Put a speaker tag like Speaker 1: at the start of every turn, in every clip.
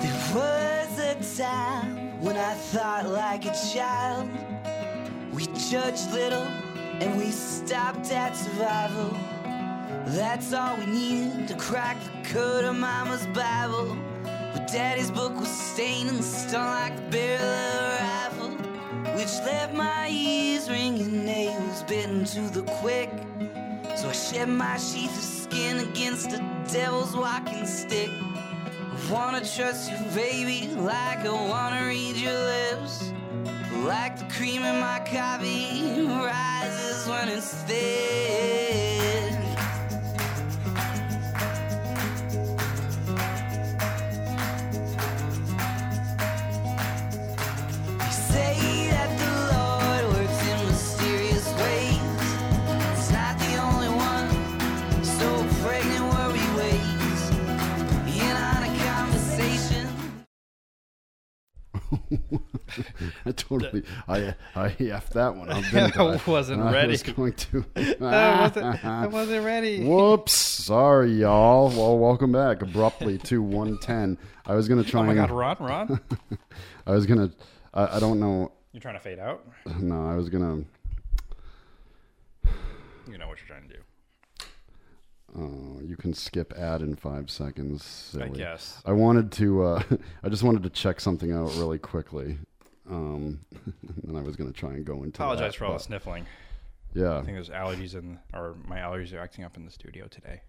Speaker 1: There was a time when I thought like a child. We judged little and we stopped at survival. That's all we needed to crack the code of Mama's Bible. But Daddy's book was stained and stung like the barrel of a rifle, which left my ears ringing, nails bitten to the quick. So I shed my sheath of skin against the devil's walking stick. Wanna trust you, baby, like I wanna read your lips. Like the cream in my coffee rises when it's thick. They say that the Lord works in mysterious ways. He's not the only one, so pregnant worry waits. In on a conversation.
Speaker 2: I totally, I, I effed that one. up, didn't
Speaker 3: I wasn't
Speaker 2: I
Speaker 3: ready.
Speaker 2: was going to.
Speaker 3: I wasn't, I wasn't ready.
Speaker 2: Whoops! Sorry, y'all. Well, welcome back abruptly to 110. I was gonna try.
Speaker 3: Oh my
Speaker 2: and,
Speaker 3: god, Ron, Ron,
Speaker 2: I was gonna. I, I don't know.
Speaker 3: you're trying to fade out.
Speaker 2: No, I was gonna.
Speaker 3: You know what you're trying to do.
Speaker 2: Oh, you can skip ad in five seconds. Silly.
Speaker 3: guess.
Speaker 2: I wanted to. Uh, I just wanted to check something out really quickly. Um, and I was gonna try and go into.
Speaker 3: Apologize
Speaker 2: that,
Speaker 3: for all the
Speaker 2: but-
Speaker 3: sniffling.
Speaker 2: Yeah.
Speaker 3: I think there's allergies in, or my allergies are acting up in the studio today.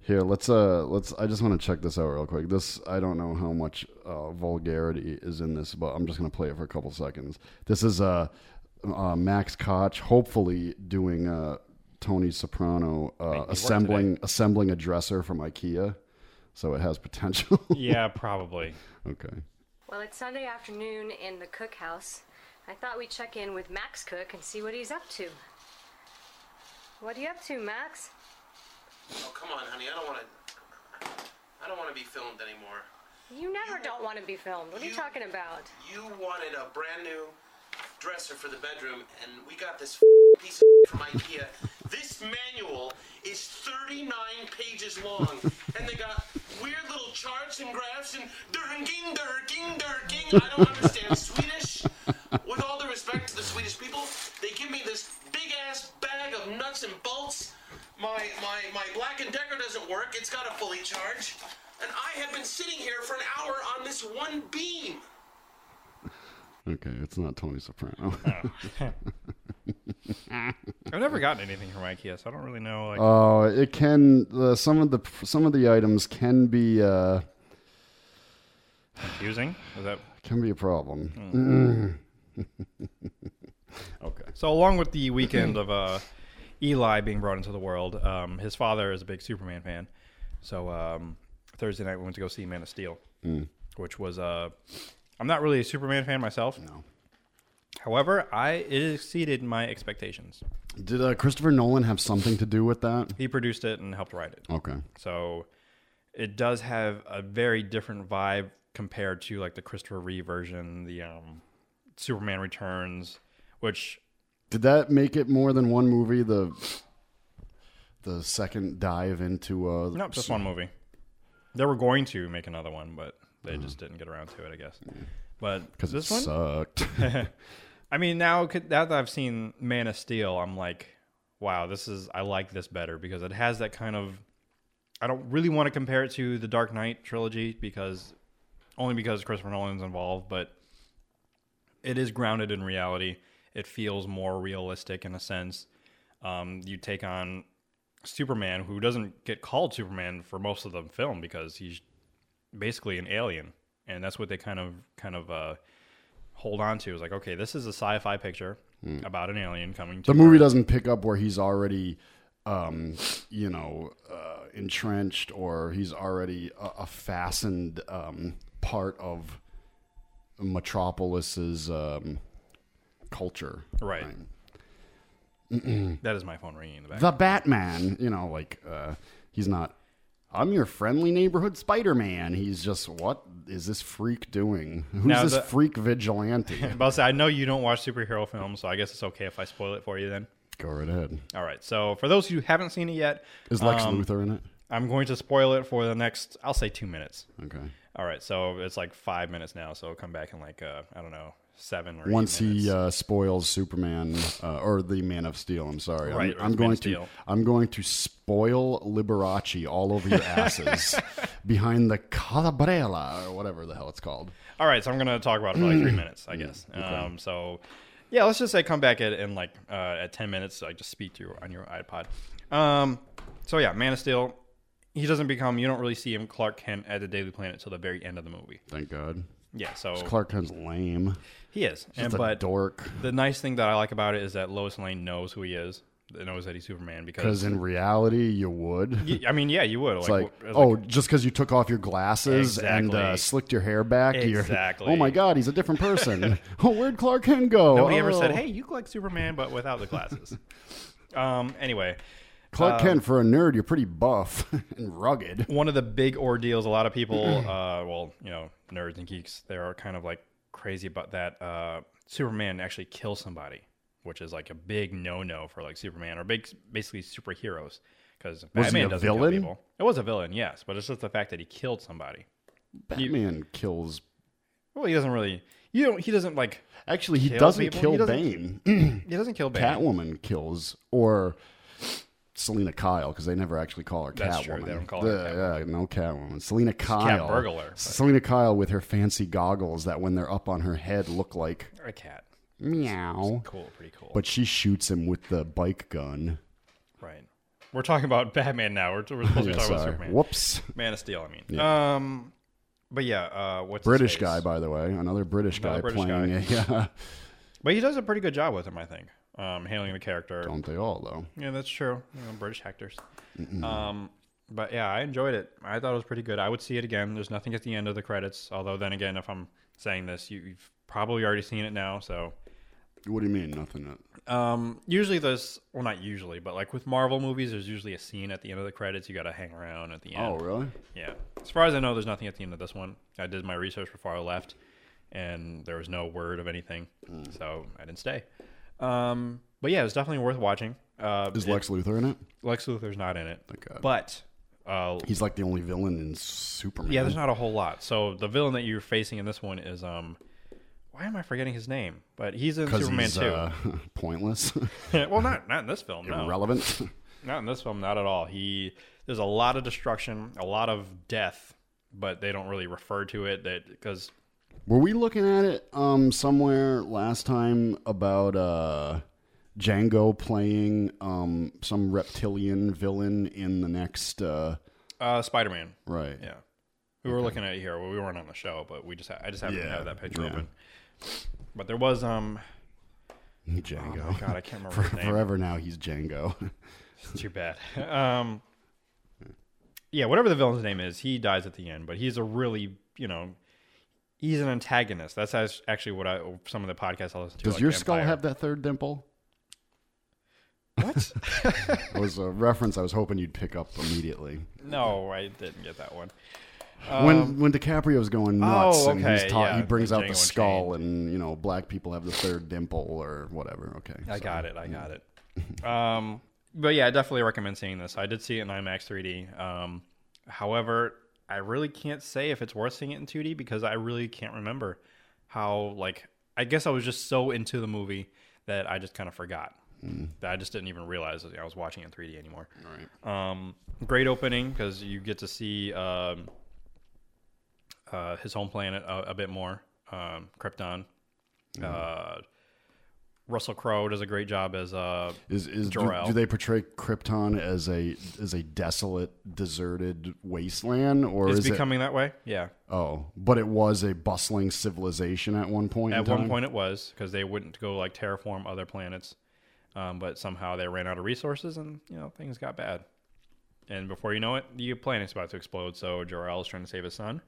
Speaker 2: Here, let's uh let's I just want to check this out real quick. This I don't know how much uh vulgarity is in this, but I'm just going to play it for a couple seconds. This is uh, uh Max Koch hopefully doing uh Tony Soprano uh,
Speaker 3: work
Speaker 2: assembling assembling a dresser from IKEA. So it has potential.
Speaker 3: Yeah, probably.
Speaker 2: okay.
Speaker 4: Well, it's Sunday afternoon in the cookhouse. I thought we'd check in with Max Cook and see what he's up to. What are you up to, Max?
Speaker 5: Oh, come on, honey. I don't want to. I don't want to be filmed anymore.
Speaker 4: You never don't want to be filmed. What are you talking about?
Speaker 5: You wanted a brand new dresser for the bedroom, and we got this f***ing piece of from IKEA. This manual is 39 pages long, and they got weird little charts and graphs and derking, derking, derking. I don't understand Swedish. With all due respect to the Swedish people, they give me this big ass bag of nuts and bolts. My my my Black and Decker doesn't work. It's got to fully charge, and I have been sitting here for an hour on this one beam.
Speaker 2: Okay, it's not Tony Soprano.
Speaker 3: I've never gotten anything from IKEA, so I don't really know. Like,
Speaker 2: Oh, it can uh, some of the some of the items can be uh
Speaker 3: confusing. Is that
Speaker 2: can be a problem.
Speaker 3: Hmm.
Speaker 2: okay.
Speaker 3: so? Along with the weekend of uh, Eli being brought into the world, um, his father is a big Superman fan. So um, Thursday night we went to go see Man of Steel, which was uh, I'm not really a Superman fan myself. No. However, I it exceeded my expectations.
Speaker 2: Did uh, Christopher Nolan have something to do with that?
Speaker 3: He produced it and helped write it.
Speaker 2: Okay.
Speaker 3: So it does have a very different vibe compared to like the Christopher Reeve version, the um, Superman Returns, which
Speaker 2: Did that make it more than one movie? The the second dive into uh,
Speaker 3: no, just one movie. They were going to make another one, but they just didn't get around to it, I guess. But
Speaker 2: because it
Speaker 3: this one,
Speaker 2: sucked.
Speaker 3: I mean, now could- now that I've seen Man of Steel, I'm like, wow, this is I like this better because it has that kind of. I don't really want to compare it to the Dark Knight trilogy because only because Christopher Nolan's involved, but it is grounded in reality. It feels more realistic in a sense. Um, you take on Superman, who doesn't get called Superman for most of the film because he's basically an alien, and that's what they kind of kind of uh, hold on to. Is like, okay, this is a sci-fi picture about an alien coming to
Speaker 2: the movie doesn't pick up where he's already, um, you know, uh, entrenched or he's already a, a fastened um, part of metropolis's um, culture.
Speaker 3: Right. That is my phone ringing in the back.
Speaker 2: The Batman, you know, like uh, he's not. I'm your friendly neighborhood Spider Man. He's just what is this freak doing? Who's
Speaker 3: Now
Speaker 2: this
Speaker 3: the-
Speaker 2: freak vigilante?
Speaker 3: But I'll say, I know you don't watch superhero films, so I guess it's okay if I spoil it for you then.
Speaker 2: Go right ahead.
Speaker 3: All right. So for those who haven't seen it yet,
Speaker 2: Is Lex
Speaker 3: um,
Speaker 2: Luthor in it?
Speaker 3: I'm going to spoil it for the next, I'll say two minutes.
Speaker 2: Okay.
Speaker 3: All right. So it's like five minutes now. So come back in like, uh, I don't know, seven or
Speaker 2: Once
Speaker 3: eight minutes.
Speaker 2: he uh, spoils Superman uh, or the Man of Steel, I'm sorry. I'm-
Speaker 3: Right, or
Speaker 2: I'm,
Speaker 3: the Man
Speaker 2: going
Speaker 3: of
Speaker 2: to
Speaker 3: Steel.
Speaker 2: I'm going to spoil Liberace all over your asses behind the Calabrella or whatever the hell it's called.
Speaker 3: All right, so I'm gonna talk about it for like three minutes, I guess. Um, so, yeah, let's just say come back at in like uh, at ten minutes. Like just speak to your on your iPod. Um, so yeah, Man of Steel. He doesn't become. You don't really see him Clark Kent at the Daily Planet till the very end of the movie.
Speaker 2: Thank God.
Speaker 3: Yeah, so
Speaker 2: Clark Kent's lame.
Speaker 3: he is. And
Speaker 2: Just a
Speaker 3: but
Speaker 2: dork.
Speaker 3: the nice thing that I like about it is that Lois Lane knows who he is. Knows that he's Superman because.
Speaker 2: Because in reality, you would.
Speaker 3: Y- I mean, yeah, you would
Speaker 2: It's like,
Speaker 3: w-
Speaker 2: oh, just because you took off your glasses and uh,
Speaker 3: Exactly.
Speaker 2: slicked your hair back,
Speaker 3: Exactly.
Speaker 2: you're, oh my God, he's a different person. oh, where'd Clark Kent go?
Speaker 3: Nobody ever
Speaker 2: Oh.
Speaker 3: said, "Hey, you look like Superman, but without the glasses." um. Anyway, uh,
Speaker 2: Clark Kent, for a nerd, you're pretty buff and rugged.
Speaker 3: one of the big ordeals a lot of people uh, well you know nerds and geeks they are kind of like crazy about that uh, superman actually kills somebody which is like a big no-no for like superman or big basically superheroes because batman
Speaker 2: a
Speaker 3: doesn't
Speaker 2: villain?
Speaker 3: kill people it was a villain yes but it's just the fact that he killed somebody
Speaker 2: Batman kills.
Speaker 3: well he doesn't really you don't he doesn't like
Speaker 2: Actually, he
Speaker 3: Kill
Speaker 2: doesn't
Speaker 3: people?
Speaker 2: kill
Speaker 3: He doesn't-
Speaker 2: Bane.
Speaker 3: he doesn't kill Batman.
Speaker 2: Catwoman kills or Selena Kyle because they never actually call her
Speaker 3: That's
Speaker 2: Catwoman.
Speaker 3: true, they don't call her
Speaker 2: Yeah, yeah, no Catwoman. Selena Kyle.
Speaker 3: burglar, but-
Speaker 2: Selena Kyle with her fancy goggles that when they're up on her head look like
Speaker 3: a cat
Speaker 2: meow.
Speaker 3: cool pretty cool
Speaker 2: But she shoots him with the bike gun.
Speaker 3: right we're talking about batman now we're, we're supposed to be
Speaker 2: Yeah,
Speaker 3: talking about
Speaker 2: sorry.
Speaker 3: superman
Speaker 2: Whoops.
Speaker 3: man of steel i mean um but yeah uh what's his
Speaker 2: British
Speaker 3: face?
Speaker 2: guy, by the way. Another British
Speaker 3: Another
Speaker 2: guy
Speaker 3: British
Speaker 2: playing. a- uh, Yeah.
Speaker 3: But he does a pretty good job with him, I think, um, handling the character.
Speaker 2: Aren't they all, though?
Speaker 3: Yeah, that's true. You know, British actors. Um, but yeah, I enjoyed it. I thought it was pretty good. I would see it again. There's nothing at the end of the credits. Although, then again, if I'm saying this, you, you've probably already seen it now. So
Speaker 2: What do you mean? Nothing.
Speaker 3: um, usually, there's well, not usually, but like with Marvel movies, there's usually a scene at the end of the credits. You got to hang around at the end.
Speaker 2: Oh, really?
Speaker 3: Yeah. As far as I know, there's nothing at the end of this one. I did my research before I left, and there was no word of anything,
Speaker 2: Hmm.
Speaker 3: so I didn't stay. Um, but yeah, it was definitely worth watching. Uh,
Speaker 2: Is
Speaker 3: it-
Speaker 2: Lex Luthor in it?
Speaker 3: Lex Luthor's not in it,
Speaker 2: God.
Speaker 3: but uh,
Speaker 2: He's like the only villain in Superman.
Speaker 3: yeah, there's not a whole lot. So the villain that you're facing in this one is um, why am I forgetting his name? But he's in
Speaker 2: because
Speaker 3: Superman
Speaker 2: he's
Speaker 3: too.
Speaker 2: uh, pointless,
Speaker 3: well, not not in this film. No.
Speaker 2: irrelevant.
Speaker 3: Not in this film, not at all. He there's a lot of destruction, a lot of death, but they don't really refer to it that because
Speaker 2: Were we looking at it um, somewhere last time about uh, Django playing um, some reptilian villain in the next? Uh,
Speaker 3: uh, Spider Man.
Speaker 2: right.
Speaker 3: Yeah, we were looking at it here. Well, we weren't on the show, but we just ha- I just happened to
Speaker 2: Yeah,
Speaker 3: have that picture
Speaker 2: yeah.
Speaker 3: open. But there was um
Speaker 2: Django.
Speaker 3: oh god I can't remember his name.
Speaker 2: Forever now, he's Django.
Speaker 3: It's too bad. Um, yeah, whatever the villain's name is, he dies at the end. But he's a really you know he's an antagonist. That's as- actually what I some of the podcasts I listen to.
Speaker 2: Does
Speaker 3: like
Speaker 2: your skull
Speaker 3: Empire.
Speaker 2: have that third dimple?
Speaker 3: what?
Speaker 2: That was a reference I was hoping you'd pick up immediately.
Speaker 3: no, I didn't get that one.
Speaker 2: when when DiCaprio's going nuts
Speaker 3: Um, oh,
Speaker 2: and
Speaker 3: okay,
Speaker 2: he's ta-
Speaker 3: yeah,
Speaker 2: he brings
Speaker 3: the
Speaker 2: out the
Speaker 3: Django
Speaker 2: skull and you know black people have the third dimple or whatever. Okay,
Speaker 3: I
Speaker 2: so-
Speaker 3: got it. I got it. Um, but yeah, I definitely recommend seeing this. I did see it in IMAX 3D. Um, however, I really can't say if it's worth seeing it in 2D because I really can't remember how. Like, I guess I was just so into the movie that I just kind of forgot. That I just didn't even realize that I was watching it in 3D anymore. Um, great opening because you get to see um, uh, his home planet a, a bit more, um, Krypton. Uh, Russell Crowe does a great job as uh,
Speaker 2: Is is do,
Speaker 3: Jor-El.
Speaker 2: do they portray Krypton as a as a desolate, deserted wasteland, or
Speaker 3: is
Speaker 2: Oh, is
Speaker 3: becoming that way. Yeah,
Speaker 2: it? Oh, but it was a bustling civilization at one point. in
Speaker 3: at one
Speaker 2: time?
Speaker 3: point it was because they wouldn't go like terraform other planets, um, but somehow they ran out of resources and you know things got bad. And before you know it, the planet's about to explode. So Jor-El is trying to save his son,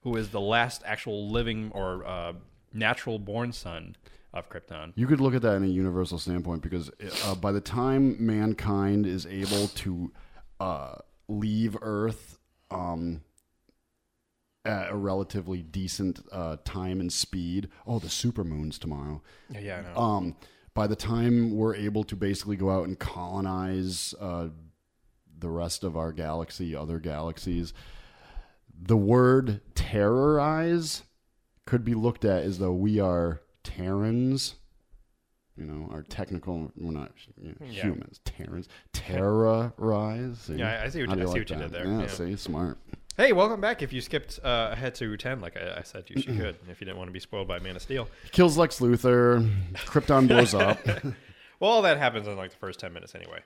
Speaker 3: who is the last actual living or uh, natural born son of Krypton.
Speaker 2: You could look at that in a universal standpoint because uh, by the time mankind is able to uh, leave Earth um, at a relatively decent uh, time and speed, oh, the supermoon's tomorrow.
Speaker 3: Yeah, I know.
Speaker 2: Um, by the time we're able to basically go out and colonize uh, the rest of our galaxy, other galaxies, the word terrorize could be looked at as though we are Terrans. You know, our technical, we're not you know,
Speaker 3: Hmm, Yeah.
Speaker 2: humans, Terrans. Terrorize. see?
Speaker 3: Yeah, I- I see what
Speaker 2: How
Speaker 3: you-
Speaker 2: do like
Speaker 3: I see what you did
Speaker 2: that?
Speaker 3: there,
Speaker 2: Yeah,
Speaker 3: yeah.
Speaker 2: see, smart.
Speaker 3: hey, welcome back. If you skipped uh, ahead to 10, like I, I said you, you could, if you didn't want to be spoiled by Man of Steel.
Speaker 2: Kills Lex Luthor, Krypton blows up.
Speaker 3: Well, all that happens in like the first 10 minutes anyway.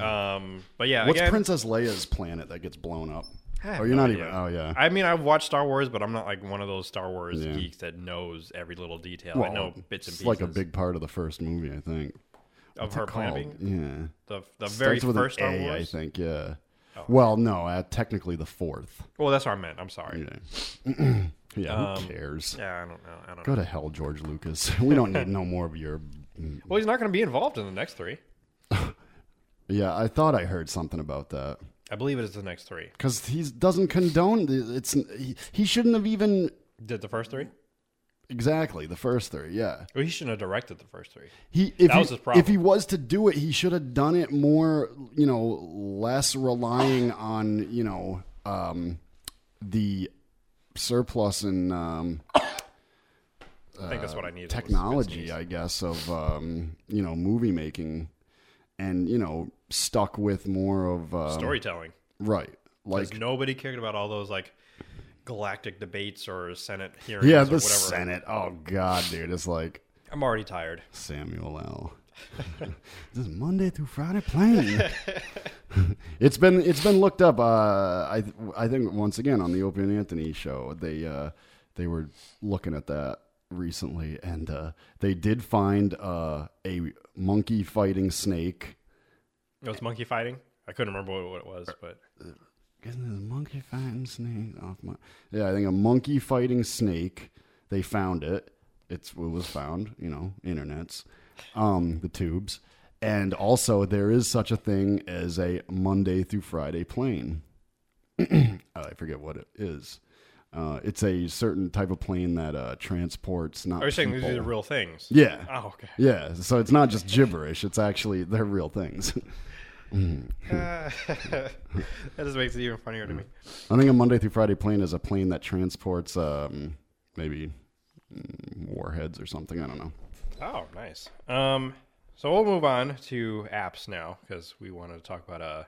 Speaker 3: Um, but yeah,
Speaker 2: What's
Speaker 3: again,
Speaker 2: Princess Leia's planet that gets blown up?
Speaker 3: I have
Speaker 2: Oh, you're
Speaker 3: no
Speaker 2: not
Speaker 3: idea.
Speaker 2: even. Oh, yeah.
Speaker 3: I mean, I've watched Star Wars, but I'm not like one of those Star Wars
Speaker 2: Yeah.
Speaker 3: geeks that knows every little detail. I
Speaker 2: Well,
Speaker 3: know bits and
Speaker 2: it's
Speaker 3: pieces
Speaker 2: like a big part of the first movie, I think.
Speaker 3: of her
Speaker 2: Called-
Speaker 3: planning.
Speaker 2: yeah.
Speaker 3: The, the very
Speaker 2: Starts with an
Speaker 3: first Star
Speaker 2: A,
Speaker 3: Wars. Oh,
Speaker 2: I think, yeah. Well, no, uh, technically the fourth.
Speaker 3: Well, that's what I meant. I'm sorry.
Speaker 2: Yeah, yeah who cares?
Speaker 3: Um, Yeah, I don't know. I don't know.
Speaker 2: Go to hell, George Lucas. We don't need no more of your.
Speaker 3: Well, he's not going to be involved in the next three.
Speaker 2: Yeah, I thought I heard something about that
Speaker 3: I believe it is the next three.
Speaker 2: because he doesn't condone. the- It's he, he shouldn't have even
Speaker 3: Did the first three?
Speaker 2: exactly the first three. Yeah,
Speaker 3: Well, he shouldn't have directed the first three.
Speaker 2: he if
Speaker 3: That
Speaker 2: he,
Speaker 3: was his problem.
Speaker 2: if he was to do it, he should have done it more. You know, less relying on you know um, the surplus and. Um,
Speaker 3: I think that's what I needed. was-
Speaker 2: Uh, technology, I guess, of um, you know movie making, and you know stuck with more of um,
Speaker 3: storytelling.
Speaker 2: right? Like
Speaker 3: Because nobody cared about all those like galactic debates or Senate hearings.
Speaker 2: yeah,
Speaker 3: or
Speaker 2: the
Speaker 3: whatever.
Speaker 2: Senate. Oh God, dude, it's like
Speaker 3: I'm already tired.
Speaker 2: Samuel L. this is Monday through Friday playing. it's been it's been looked up. Uh, I I think once again on the Opie and Anthony show they uh, they were looking at that recently, and uh, they did find uh, a monkey fighting snake.
Speaker 3: It was monkey fighting. I couldn't remember what, what it was, but
Speaker 2: Isn't this monkey fighting snake off my? Yeah, I think a monkey fighting snake. They found it. It's it was found. You know, internets, um, the tubes, and also there is such a thing as a Monday through Friday plane. Oh, I forget what it is. Uh, it's a certain type of plane that uh, transports not.
Speaker 3: are you saying these
Speaker 2: people.
Speaker 3: are the real things?
Speaker 2: Yeah.
Speaker 3: Oh, okay.
Speaker 2: Yeah, so it's not just gibberish. It's actually they're real things.
Speaker 3: that just makes it even funnier to me.
Speaker 2: I think a Monday through Friday plane is a plane that transports um, maybe mm, warheads or something. I don't know.
Speaker 3: Oh, nice. Um, so we'll move on to apps now because we want to talk about uh,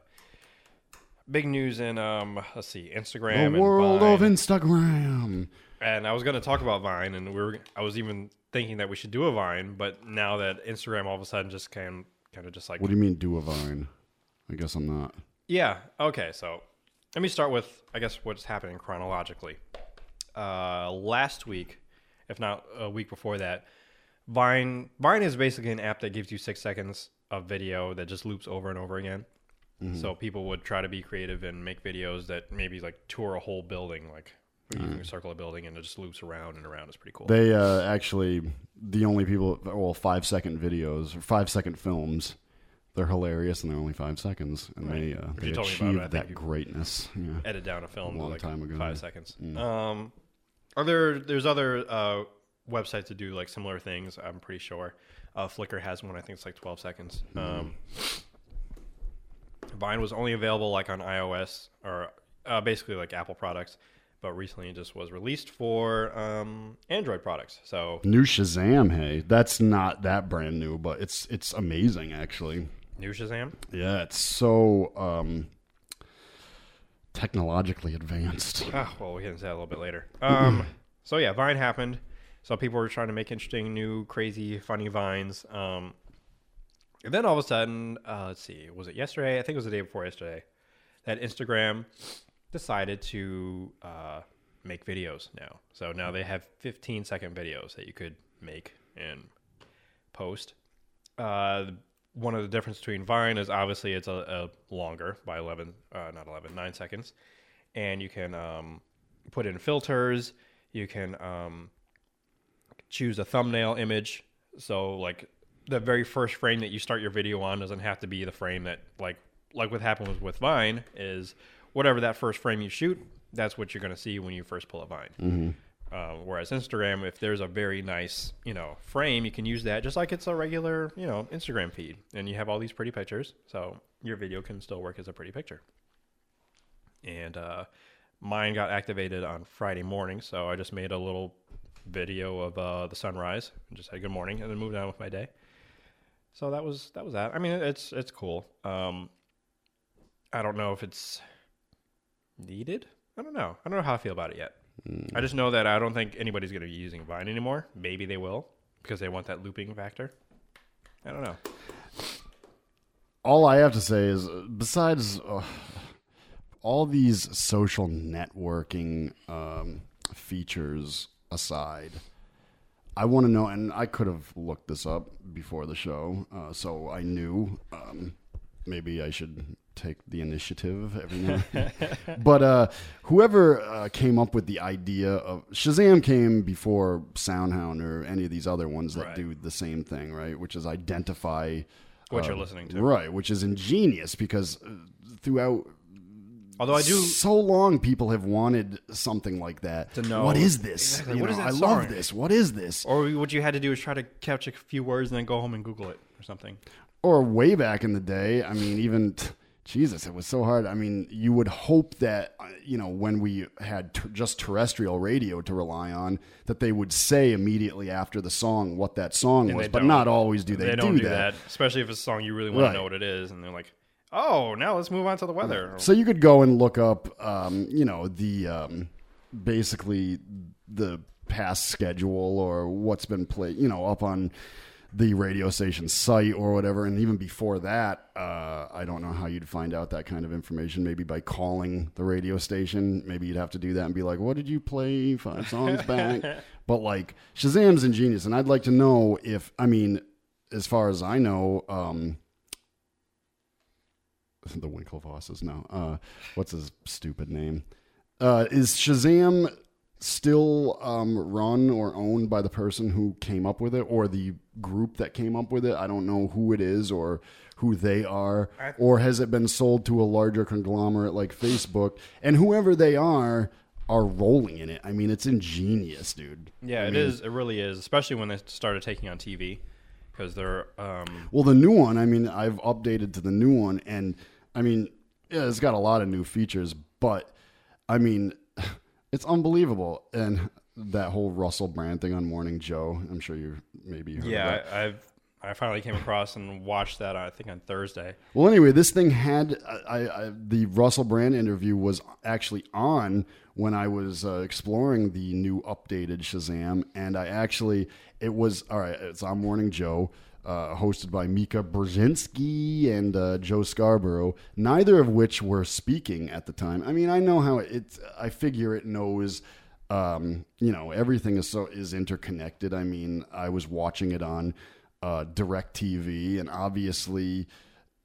Speaker 3: big news in um, let's see, Instagram.
Speaker 2: the world of
Speaker 3: and Vine.
Speaker 2: Instagram.
Speaker 3: And I was going to talk about Vine, and we were. I was even thinking that we should do a Vine, but now that Instagram all of a sudden just came, kind of just like,
Speaker 2: What do you mean, do a vine? I guess I'm not.
Speaker 3: yeah, okay. So let me start with, I guess, what's happening chronologically. Uh, last week, if not a week before that, Vine Vine is basically an app that gives you six seconds of video that just loops over and over again. So people would try to be creative and make videos that maybe like tour a whole building, like you can circle a building and it just loops around and around. It's pretty cool.
Speaker 2: They uh, actually the only people well five second videos or five second films. They're hilarious and they're only five seconds, and they uh, they
Speaker 3: you told me
Speaker 2: achieved
Speaker 3: about it, I think
Speaker 2: that
Speaker 3: you-
Speaker 2: greatness. Yeah.
Speaker 3: edit down a film
Speaker 2: A
Speaker 3: to
Speaker 2: long
Speaker 3: like
Speaker 2: time ago, Mm.
Speaker 3: five
Speaker 2: yeah.
Speaker 3: seconds. Um, are there there's other uh, websites that do like similar things? I'm pretty sure. Uh, Flickr has one. I think it's like 12 seconds.
Speaker 2: Mm-hmm.
Speaker 3: Um, Vine was only available like on iOS or uh, basically like Apple products, but recently it just was released for um, Android products. So
Speaker 2: New Shazam, hey, that's not that brand new, but it's it's amazing actually.
Speaker 3: new Shazam.
Speaker 2: Yeah, it's so um, technologically advanced.
Speaker 3: Ah, well, we can say that a little bit later. Um, so yeah, Vine happened. So people were trying to make interesting, new, crazy, funny vines. Um, and then all of a sudden, uh, let's see, was it yesterday? I think it was the day before yesterday that Instagram decided to uh, make videos now. So now they have 15 second videos that you could make and post. Uh, one of the difference between Vine is obviously it's a, a longer by 11, uh, not 11, 9 seconds. And you can um, put in filters. You can um, choose a thumbnail image. So like the very first frame that you start your video on doesn't have to be the frame that like like what happened was with Vine is whatever that first frame you shoot, that's what you're gonna see when you first pull up Vine. Uh, whereas Instagram, if there's a very nice, you know, frame, you can use that just like it's a regular, you know, Instagram feed, and you have all these pretty pictures. So your video can still work as a pretty picture. And uh, mine got activated on Friday morning, so I just made a little video of uh, the sunrise and just said good morning, and then moved on with my day. So that was that was that. I mean, it's it's cool. Um, I don't know if it's needed. I don't know. I don't know how I feel about it yet. I just know that I don't think anybody's going to be using Vine anymore. Maybe they will because they want that looping factor. I don't know.
Speaker 2: all I have to say is, uh, besides uh, all these social networking um, features aside, I want to know, and I could have looked this up before the show, uh, so I knew. Um, maybe I should take the initiative every now. but uh, whoever uh, came up with the idea of Shazam came before SoundHound or any of these other ones that
Speaker 3: Right.
Speaker 2: do the same thing, right? Which is identify
Speaker 3: What you're listening to.
Speaker 2: Right, which is ingenious because uh, throughout
Speaker 3: Although I do
Speaker 2: so long people have wanted something like that.
Speaker 3: To know-
Speaker 2: what is this?
Speaker 3: Exactly,
Speaker 2: You
Speaker 3: what is
Speaker 2: know,
Speaker 3: that
Speaker 2: I
Speaker 3: song?
Speaker 2: love this. What is this? Or,
Speaker 3: Or what you had to do is try to catch a few words and then go home and Google it or something.
Speaker 2: way back in the day, I mean, even Jesus, it was so hard. I mean, you would hope that uh, you know when we had ter- just terrestrial radio to rely on, that they would say immediately after the song what that song
Speaker 3: And
Speaker 2: was,
Speaker 3: they
Speaker 2: but
Speaker 3: don't.
Speaker 2: not always do they,
Speaker 3: don't
Speaker 2: do,
Speaker 3: do
Speaker 2: that.
Speaker 3: that. especially if it's a song you really want
Speaker 2: Right.
Speaker 3: to know what it is, and they're like, "Oh, now let's move on to the weather."
Speaker 2: So you could go and look up, um, you know, the um, basically the past schedule or what's been played, you know, up on the radio station site or whatever. And even before that, uh, I don't know how you'd find out that kind of information. Maybe by calling the radio station. Maybe you'd have to do that and be like, "What did you play five songs back?" but like Shazam's ingenious, and I'd like to know if I mean, as far as I know. Um, the Winklevosses. No, uh, what's his stupid name? Uh, is Shazam still um, run or owned by the person who came up with it, or the group that came up with it? I don't know who it is or who they are, or has it been sold to a larger conglomerate like Facebook? And whoever they are are rolling in it. I mean, it's ingenious, dude.
Speaker 3: yeah, it is. It really is, especially when they started taking on TV because they're um,
Speaker 2: Well, the new one, I mean, I've updated to the new one, and I mean, yeah, it's got a lot of new features, but I mean, it's unbelievable. And that whole Russell Brand thing on Morning Joe, I'm sure you maybe heard of
Speaker 3: yeah.
Speaker 2: that.
Speaker 3: I, I've I finally came across and watched that. On, I think on Thursday.
Speaker 2: Well, anyway, this thing had I, I, the Russell Brand interview was actually on when I was uh, exploring the new updated Shazam, and I actually it was all right. It's on Morning Joe, uh, hosted by Mika Brzezinski and uh, Joe Scarborough. Neither of which were speaking at the time. I mean, I know how it. It's, I figure it knows um, you know, everything is so is interconnected. I mean, I was watching it on uh, Direct TV, and obviously,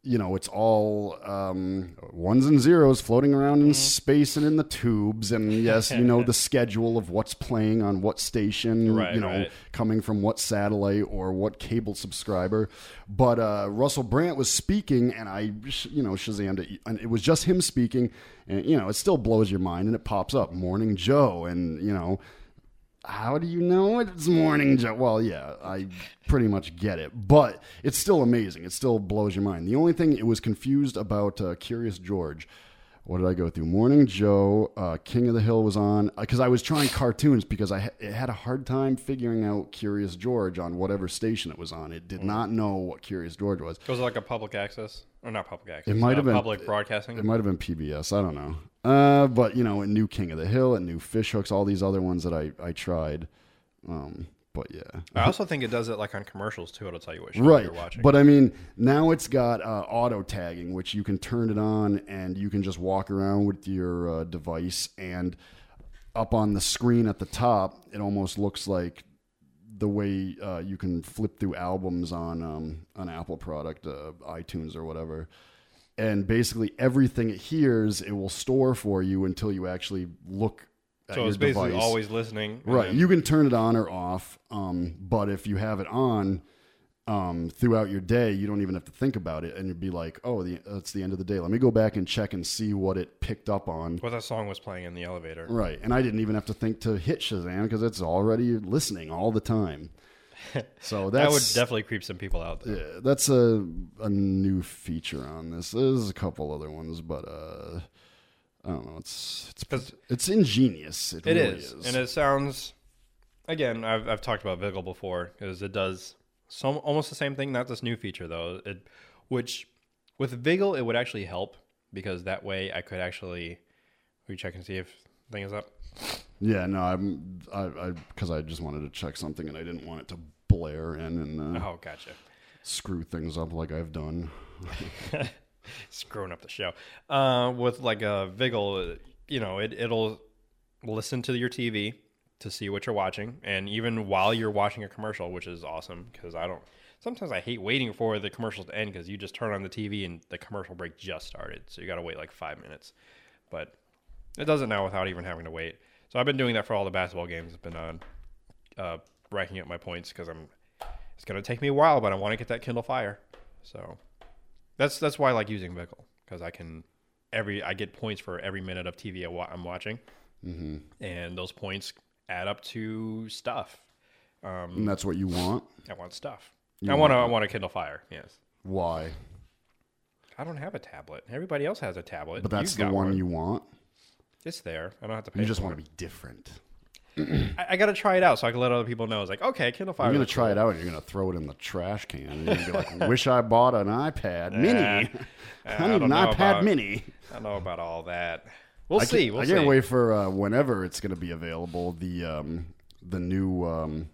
Speaker 2: you know, it's all um, ones and zeros floating around
Speaker 3: Mm-hmm.
Speaker 2: in space and in the tubes. And yes, you know the schedule of what's playing on what station,
Speaker 3: Right,
Speaker 2: you know,
Speaker 3: right.
Speaker 2: coming from what satellite or what cable subscriber. But uh, Russell Brandt was speaking, and I, sh- you know, Shazammed it. And it was just him speaking, and, you know, it still blows your mind, and it pops up Morning Joe. And, you know, how do you know it's Morning Joe? Well, yeah, I pretty much get it, but it's still amazing. It still blows your mind. The only thing it was confused about uh, Curious George. What did I go through? Morning Joe, uh, King of the Hill was on because I was trying cartoons because I ha- it had a hard time figuring out Curious George on whatever station it was on. It did not know what Curious George was.
Speaker 3: It was like a public access or not public access.
Speaker 2: It might
Speaker 3: uh,
Speaker 2: have been
Speaker 3: public broadcasting.
Speaker 2: It might have been PBS. I don't know. Uh, but you know, it knew King of the Hill, it knew Fishhooks, all these other ones that I I tried. Um, but yeah,
Speaker 3: I also think it does it like on commercials too. It'll tell you what show
Speaker 2: right.
Speaker 3: you're watching.
Speaker 2: But I mean, now it's got uh, auto tagging, which you can turn it on and you can just walk around with your uh, device. And up on the screen at the top, it almost looks like the way uh, you can flip through albums on um, an Apple product, uh, iTunes or whatever. And basically, everything it hears, it will store for you until you actually look at
Speaker 3: So
Speaker 2: your
Speaker 3: it's basically
Speaker 2: device.
Speaker 3: always listening. and
Speaker 2: Right.
Speaker 3: then-
Speaker 2: You can turn it on or off. Um, but if you have it on um, throughout your day, you don't even have to think about it. And you'd be like, oh, the, it's the end of the day. Let me go back and check and see what it picked up on.
Speaker 3: what that song was playing in the elevator.
Speaker 2: Right. And I didn't even have to think to hit Shazam because it's already listening all the time. So that's,
Speaker 3: That would definitely creep some people out. Though.
Speaker 2: yeah, that's a, a new feature on this. There's a couple other ones, but uh, I don't know. It's it's,
Speaker 3: 'Cause-
Speaker 2: it's ingenious. It,
Speaker 3: It
Speaker 2: really
Speaker 3: is, and it sounds. Again, I've I've talked about Vigil before because it does some almost the same thing. Not this new feature though. It, which with Vigil it would actually help because that way I could actually we check and see if thing is up.
Speaker 2: Yeah, no, I'm I I because I just wanted to check something and I didn't want it to blare in and uh,
Speaker 3: Oh, gotcha.
Speaker 2: screw things up like I've done.
Speaker 3: Screwing up the show. Uh, with like a Vigil, you know, it it'll listen to your TV to see what you're watching, and even while you're watching a commercial, which is awesome because I don't. Sometimes I hate waiting for the commercials to end because you just turn on the TV and the commercial break just started, so you got to wait like five minutes. But it does it now without even having to wait. So I've been doing that for all the basketball games. I've been on uh, racking up my points because I'm. It's gonna take me a while, but I want to get that Kindle Fire. So that's that's why I like using Vickle because I can every I get points for every minute of TV I wa- I'm watching, mm-hmm. and those points add up to stuff. Um,
Speaker 2: And that's what you want.
Speaker 3: I want stuff. I want to. I want a Kindle Fire. Yes.
Speaker 2: Why?
Speaker 3: I don't have a tablet. Everybody else has a tablet.
Speaker 2: But that's
Speaker 3: You've
Speaker 2: the
Speaker 3: got
Speaker 2: one, you want.
Speaker 3: It's there. I don't have to pay.
Speaker 2: You just
Speaker 3: for
Speaker 2: want
Speaker 3: it.
Speaker 2: to be different.
Speaker 3: I, I got to try it out so I can let other people know. It's like okay, Kindle Fire.
Speaker 2: You're gonna
Speaker 3: looks
Speaker 2: try it out and you're gonna throw it in the trash can and you're gonna be like, "Wish I bought an iPad Mini. I need
Speaker 3: don't
Speaker 2: an
Speaker 3: know
Speaker 2: iPad
Speaker 3: about-
Speaker 2: Mini."
Speaker 3: cool. I don't know about all that. We'll
Speaker 2: I
Speaker 3: see.
Speaker 2: Can't,
Speaker 3: We'll
Speaker 2: I
Speaker 3: see.
Speaker 2: can't wait for uh, whenever it's going to be available. The um, the new um,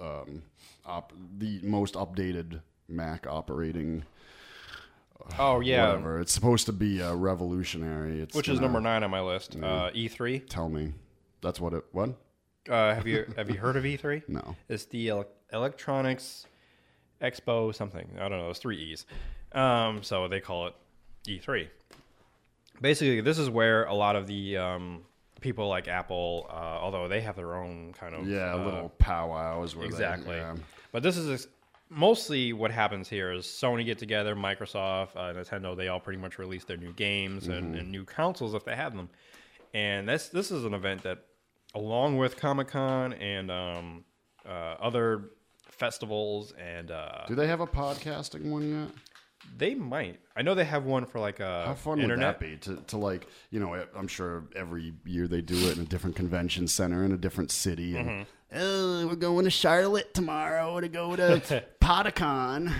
Speaker 2: um, op- the most updated Mac operating
Speaker 3: Oh yeah,
Speaker 2: whatever. It's supposed to be uh, revolutionary. It's
Speaker 3: which is
Speaker 2: gonna-
Speaker 3: number nine on my list.
Speaker 2: Mm-hmm.
Speaker 3: Uh, E three.
Speaker 2: Tell me, that's what it. What?
Speaker 3: Uh, have you have you heard of E three?
Speaker 2: No.
Speaker 3: It's the ele- Electronics Expo something. I don't know. It's three E's. Um, so they call it E3. Basically, this is where a lot of the um, people like Apple, uh, although they have their own kind of
Speaker 2: Yeah,
Speaker 3: uh,
Speaker 2: little powwows. Where they-
Speaker 3: exactly.
Speaker 2: yeah.
Speaker 3: But this is ex- mostly what happens here is Sony get together, Microsoft, uh, Nintendo. They all pretty much release their new games and,
Speaker 2: Mm-hmm.
Speaker 3: and new consoles if they have them. And this this is an event that, along with Comic Con and um, uh, other festivals and uh,
Speaker 2: Do they have a podcasting one yet?
Speaker 3: they might. I know they have one for like a
Speaker 2: How fun
Speaker 3: internet.
Speaker 2: would that be to, to like, you know, I'm sure every year they do it in a different convention center in a different city.
Speaker 3: Mm-hmm.
Speaker 2: And, Oh, we're going to Charlotte tomorrow to go to Podicon.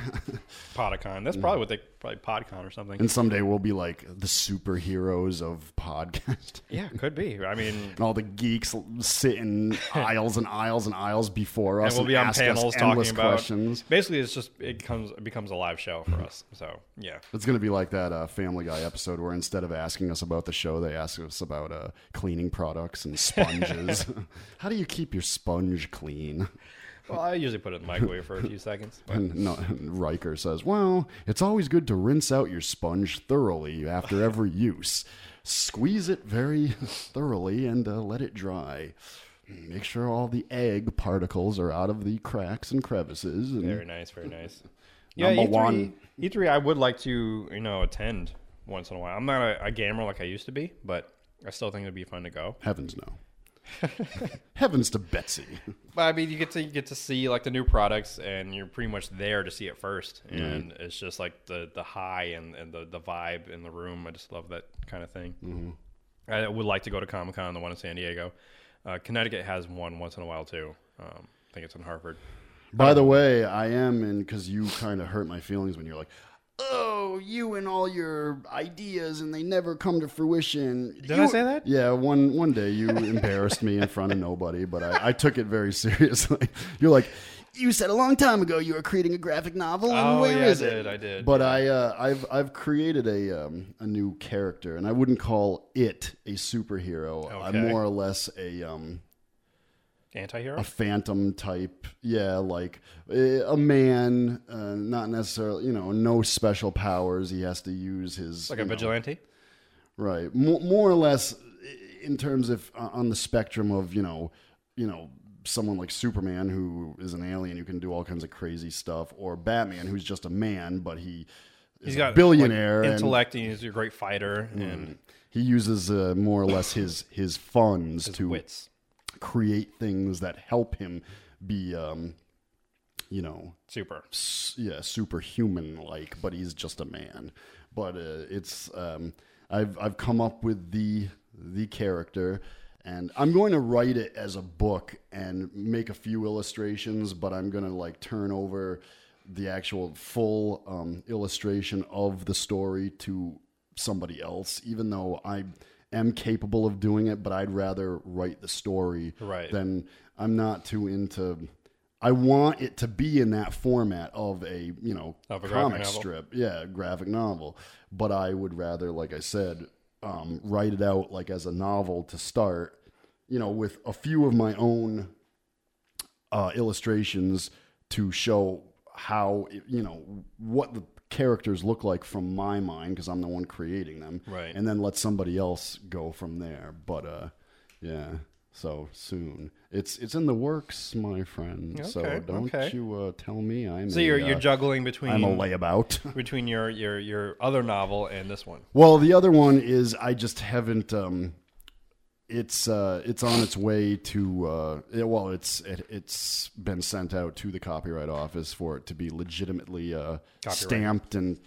Speaker 3: Podicon. That's probably what they probably Podcon or something.
Speaker 2: Mm-hmm. and someday we'll be like the superheroes of podcast.
Speaker 3: yeah, could be. I mean,
Speaker 2: And all the geeks l- sit in aisles and aisles and aisles before us.
Speaker 3: and we'll be on
Speaker 2: ask us
Speaker 3: panels
Speaker 2: endless
Speaker 3: talking about
Speaker 2: questions.
Speaker 3: Basically, it's just it comes it becomes a live show for us. So yeah,
Speaker 2: It's going to be like that uh, Family Guy episode where instead of asking us about the show, they ask us about uh, cleaning products and sponges. How do you keep your sponge clean?
Speaker 3: well, I usually put it in the microwave for a few seconds. But
Speaker 2: And no, Riker says, Well, it's always good to rinse out your sponge thoroughly after every use. Squeeze it very thoroughly and uh, let it dry. Make sure all the egg particles are out of the cracks and crevices. And
Speaker 3: very nice, very nice. Yeah, E
Speaker 2: Number
Speaker 3: E3,
Speaker 2: one.
Speaker 3: E3, I would like to you know attend once in a while. I'm not a, a gamer like I used to be, but I still think it'd be fun to go.
Speaker 2: Heavens, no. Heavens to Betsy.
Speaker 3: But I mean, you get to you get to see like the new products, and you're pretty much there to see it first,
Speaker 2: Mm-hmm.
Speaker 3: and it's just like the the high and, and the the vibe in the room. I just love that kind of thing.
Speaker 2: Mm-hmm.
Speaker 3: I would like to go to Comic Con, the one in San Diego. Uh, Connecticut has one once in a while too. Um, I think it's in Harvard. Oh.
Speaker 2: By the way, I am in because you kind of hurt my feelings when you're like, "Oh, you and all your ideas, and they never come to fruition."
Speaker 3: Did
Speaker 2: You-
Speaker 3: I say that?
Speaker 2: Yeah, one one day you embarrassed me in front of nobody, but I, I took it very seriously. You're like, "You said a long time ago you were creating a graphic novel, and
Speaker 3: Oh,
Speaker 2: where is
Speaker 3: yeah, I
Speaker 2: it?"
Speaker 3: did, I did.
Speaker 2: But I uh, I've I've created a um, a new character, and I wouldn't call it a superhero. I'm
Speaker 3: Okay.
Speaker 2: more or less a um,
Speaker 3: Antihero.
Speaker 2: a phantom type yeah like eh, a man uh, not necessarily you know no special powers he has to use his
Speaker 3: like
Speaker 2: you
Speaker 3: a
Speaker 2: know,
Speaker 3: vigilante.
Speaker 2: right more, more or less eh, in terms of uh, on the spectrum of you know, you know, someone like Superman who is an alien who can do all kinds of crazy stuff, or Batman who's just a man but he is
Speaker 3: He's
Speaker 2: a
Speaker 3: got like,
Speaker 2: billionaire and- Mm,
Speaker 3: intellect, and he's a great fighter, and
Speaker 2: he uses uh, more or less his his funds to
Speaker 3: wits.
Speaker 2: create things that help him be, um, you know,
Speaker 3: Super.
Speaker 2: s- yeah, superhuman like. But he's just a man. But uh, it's um, I've I've come up with the the character, and I'm going to write it as a book and make a few illustrations. But I'm going to like turn over the actual full um, illustration of the story to somebody else, even though I am capable of doing it, but I'd rather write the story
Speaker 3: Right.
Speaker 2: than I'm not too into. I want it to be in that format of a you know
Speaker 3: Of a graphic
Speaker 2: comic
Speaker 3: novel.
Speaker 2: strip, yeah, graphic novel. But I would rather, like I said, um, write it out like as a novel to start, you know, with a few of my own uh, illustrations to show how you know what the characters look like from my mind because I'm the one creating them,
Speaker 3: Right.
Speaker 2: And then let somebody else go from there. But uh, yeah. So soon, it's it's in the works, my friend. so
Speaker 3: Okay,
Speaker 2: don't
Speaker 3: okay.
Speaker 2: you uh, tell me I'm.
Speaker 3: So
Speaker 2: a,
Speaker 3: you're
Speaker 2: uh,
Speaker 3: you're juggling between
Speaker 2: I'm a layabout.
Speaker 3: between your your your other novel and this one.
Speaker 2: Well, the other one is I just haven't. Um, it's uh, it's on its way to. Uh, it, well, it's it, it's been sent out to the copyright office for it to be legitimately uh, stamped and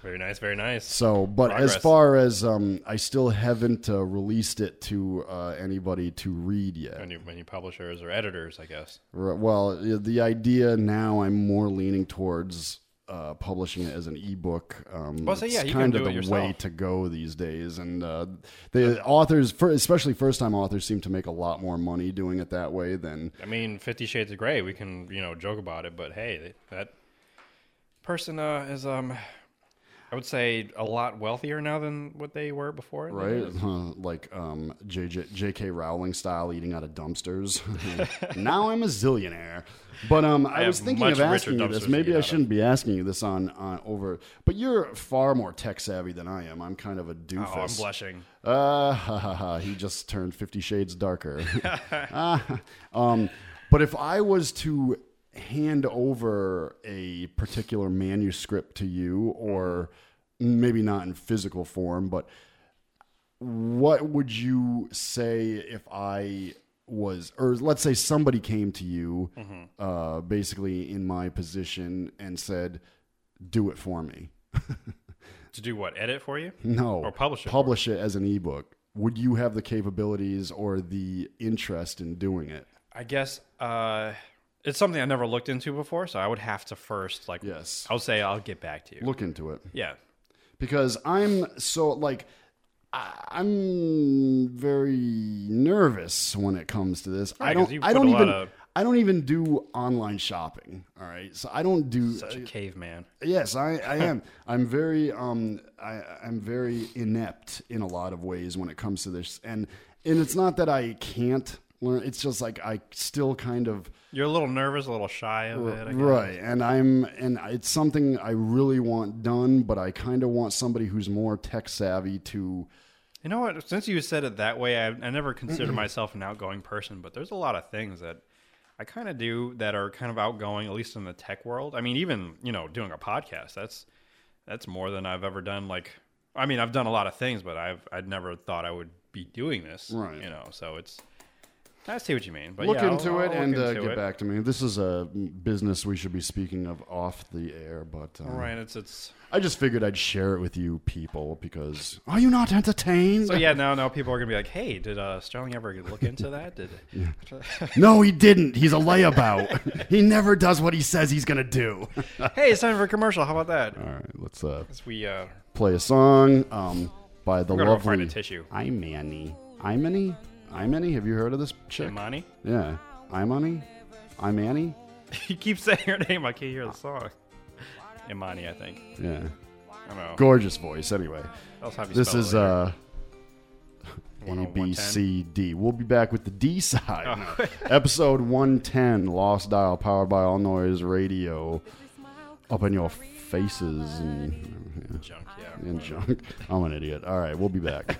Speaker 3: Very nice, very nice.
Speaker 2: so. But as
Speaker 3: Progress.
Speaker 2: far as um, I still haven't uh, released it to uh, anybody to read yet.
Speaker 3: When you when you publishers or editors, I guess.
Speaker 2: Right. Well, i- the idea now I'm more leaning towards uh, publishing it as an ebook. Um,
Speaker 3: Well, so yeah,
Speaker 2: it's
Speaker 3: you can
Speaker 2: kind
Speaker 3: do
Speaker 2: of
Speaker 3: it
Speaker 2: the
Speaker 3: yourself.
Speaker 2: way to go these days, and uh, the authors, fir- especially first-time authors, seem to make a lot more money doing it that way than
Speaker 3: I mean, Fifty Shades of Grey. We can you know joke about it, but hey, that person uh, is um, I would say a lot wealthier now than what they were before.
Speaker 2: right, Huh, like um, JJ, J.K. Rowling style eating out of dumpsters. now I'm a zillionaire. But um, I,
Speaker 3: have
Speaker 2: was thinking
Speaker 3: much
Speaker 2: of
Speaker 3: richer
Speaker 2: asking you
Speaker 3: dumpsters
Speaker 2: this.
Speaker 3: to
Speaker 2: Maybe
Speaker 3: get
Speaker 2: I
Speaker 3: out of.
Speaker 2: shouldn't be asking you this on, on over. But you're far more tech savvy than I am. I'm kind of a doofus.
Speaker 3: Oh, I'm blushing.
Speaker 2: Uh, ha, ha, ha. He just turned Fifty Shades Darker. Ah, um, but if I was to hand over a particular manuscript to you, or maybe not in physical form, but what would you say if I was, or let's say somebody came to you, uh, basically in my position, and said, "Do it for me."
Speaker 3: To do what? Edit for you?
Speaker 2: No.
Speaker 3: Or publish it.
Speaker 2: Publish it as an ebook. Would you have the capabilities or the interest in doing it?
Speaker 3: I guess uh, it's something I never looked into before, so I would have to first like
Speaker 2: Yes.
Speaker 3: I'll say I'll get back to you.
Speaker 2: Look into it.
Speaker 3: yeah.
Speaker 2: Because I'm so like I- I'm very nervous when it comes to this. I
Speaker 3: 'cause
Speaker 2: don't
Speaker 3: you
Speaker 2: I
Speaker 3: put
Speaker 2: don't
Speaker 3: a lot
Speaker 2: even
Speaker 3: of-
Speaker 2: I don't even do online shopping. All right. So I don't do
Speaker 3: Such a caveman.
Speaker 2: Yes, I, I am. I'm very um I, I'm very inept in a lot of ways when it comes to this. And and it's not that I can't learn it's just like I still kind of
Speaker 3: You're a little nervous, a little shy of it. I guess.
Speaker 2: Right. And I'm and it's something I really want done, but I kind of want somebody who's more tech savvy to
Speaker 3: You know what? Since you said it that way, I, I never
Speaker 2: Mm-hmm.
Speaker 3: consider myself an outgoing person, but there's a lot of things that I kind of do that are kind of outgoing, at least in the tech world. I mean, even you know, doing a podcast that's that's more than I've ever done. Like, I mean, I've done a lot of things, but I've I'd never thought I would be doing this.
Speaker 2: Right.
Speaker 3: You know, so it's. I see what you mean, but
Speaker 2: look
Speaker 3: yeah, I'll-
Speaker 2: into it
Speaker 3: I'll look
Speaker 2: and uh,
Speaker 3: into
Speaker 2: get
Speaker 3: it.
Speaker 2: back to me. This is a business we should be speaking of off the air, but um,
Speaker 3: Right, it's it's.
Speaker 2: I just figured I'd share it with you people because are you not entertained?
Speaker 3: So yeah, now now people are gonna be like, "Hey, did uh, Sterling ever look into that? Did
Speaker 2: No, he didn't. He's a layabout. he never does what he says he's gonna do. All
Speaker 3: hey, it's time for a commercial. How about that?
Speaker 2: right, let's uh,
Speaker 3: We uh,
Speaker 2: play a song um, by the
Speaker 3: we're gonna go
Speaker 2: lovely
Speaker 3: find a tissue.
Speaker 2: Imani. Imani. Imani. Have you heard of this chick?
Speaker 3: Imani.
Speaker 2: Yeah, Imani. Imani.
Speaker 3: You keep saying her name. I can't hear the song. Imani, I think.
Speaker 2: Yeah,
Speaker 3: I don't know.
Speaker 2: gorgeous voice. Anyway,
Speaker 3: I'll have you
Speaker 2: this
Speaker 3: spell it
Speaker 2: is
Speaker 3: later.
Speaker 2: uh, A
Speaker 3: 101,
Speaker 2: B
Speaker 3: 110.
Speaker 2: C D. We'll be back with the D
Speaker 3: Oh.
Speaker 2: side. No. Episode one ten, Lost Dial, powered by All Noise Radio. Up in your faces and
Speaker 3: junk. Yeah.
Speaker 2: and junk. I'm an idiot. All right, we'll be back.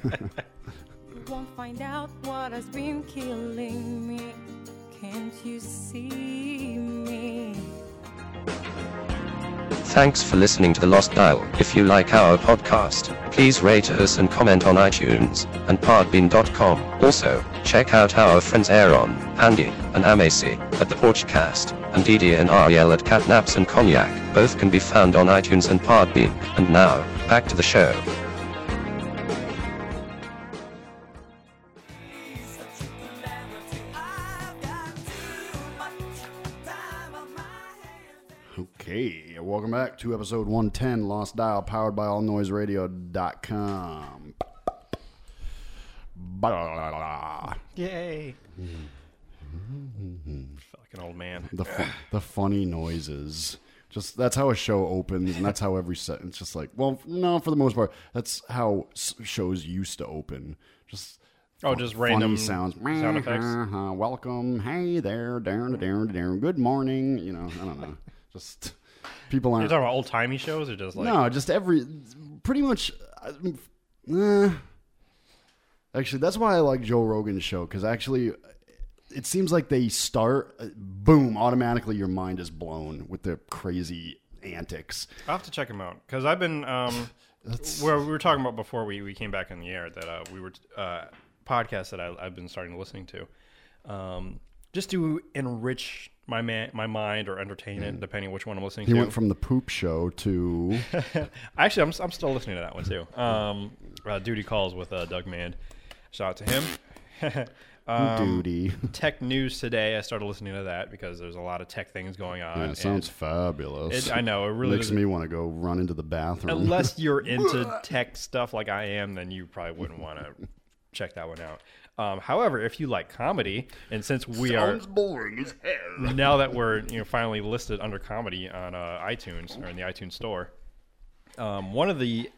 Speaker 6: won't find out what has been killing me. Can't you see me?
Speaker 7: Thanks for listening to The Lost Dial. If you like our podcast, please rate us and comment on iTunes and Podbean.com. Also, check out our friends Aaron, Andy, and Amacy at The Porchcast, and Didi and Ariel at Catnaps and Cognac. Both can be found on iTunes and Podbean. And now, back to the show.
Speaker 2: Okay, welcome back to episode 110, Lost Dial, powered by allnoiseradio.com. Ba-da-da-da-da.
Speaker 3: Yay. Fucking old man.
Speaker 2: The, fu- the funny noises. Just that's how a show opens, and that's how every set. It's just like, well, no, for the most part, that's how s- shows used to open. Just
Speaker 3: Oh, just
Speaker 2: funny
Speaker 3: random
Speaker 2: sounds.
Speaker 3: sound effects.
Speaker 2: Uh-huh, Welcome, hey there, darn, darn, darn. Good morning. You know, I don't know. Just people
Speaker 3: You're
Speaker 2: aren't.
Speaker 3: talking about old timey shows or just like
Speaker 2: no, just every pretty much. uh, eh. actually, that's why I like Joe Rogan's show because actually, it seems like they start uh, boom automatically. Your mind is blown with their crazy antics.
Speaker 3: I'll have to check him out because I've been um, where we were talking about before we, we came back in the air that uh, we were uh, podcasts that I, I've been starting to listening to, um, just to enrich my man, my mind or entertain it depending which one I'm listening
Speaker 2: Mm. He
Speaker 3: to.
Speaker 2: went from the poop show to
Speaker 3: Actually, I'm, I'm still listening to that one too. Um, uh, Duty calls with uh, Doug Mand. Shout out to him. Um,
Speaker 2: duty.
Speaker 3: tech news today. I started listening to that because there's a lot of tech things going on.
Speaker 2: That
Speaker 3: and-
Speaker 2: sounds fabulous.
Speaker 3: It- I know, it really
Speaker 2: makes
Speaker 3: does-
Speaker 2: me want to go run into the bathroom.
Speaker 3: unless you're into tech stuff like I am, then you probably wouldn't want to check that one out. Um, however, if you like comedy, and since we are
Speaker 2: boring as hell.
Speaker 3: now that we're you know finally listed under comedy on uh, iTunes or in the iTunes store, um, one of the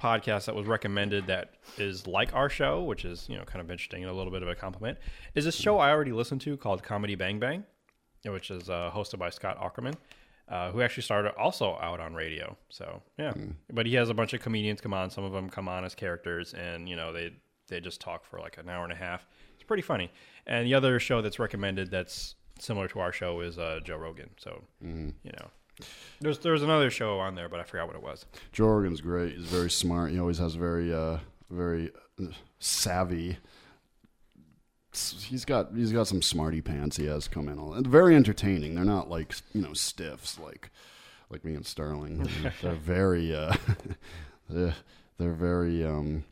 Speaker 3: podcasts that was recommended that is like our show, which is you know kind of interesting and a little bit of a compliment, is a show I already listened to called Comedy Bang Bang, which is uh, hosted by Scott Ackerman. Uh, who actually started also out on radio? So yeah,
Speaker 2: Hmm.
Speaker 3: but he has a bunch of comedians come on. Some of them come on as characters, and you know they they just talk for like an hour and a half. It's pretty funny. And the other show that's recommended that's similar to our show is uh, Joe Rogan. So
Speaker 2: Mm-hmm.
Speaker 3: you know, there's there's another show on there, but I forgot what it was.
Speaker 2: Joe Rogan's great. He's very smart. He always has very, uh, very uh, savvy. S- He's got he's got some smarty pants. He has come in all and very entertaining. They're not like you know stiffs like like me and Sterling. they're very uh, they're, they're very um,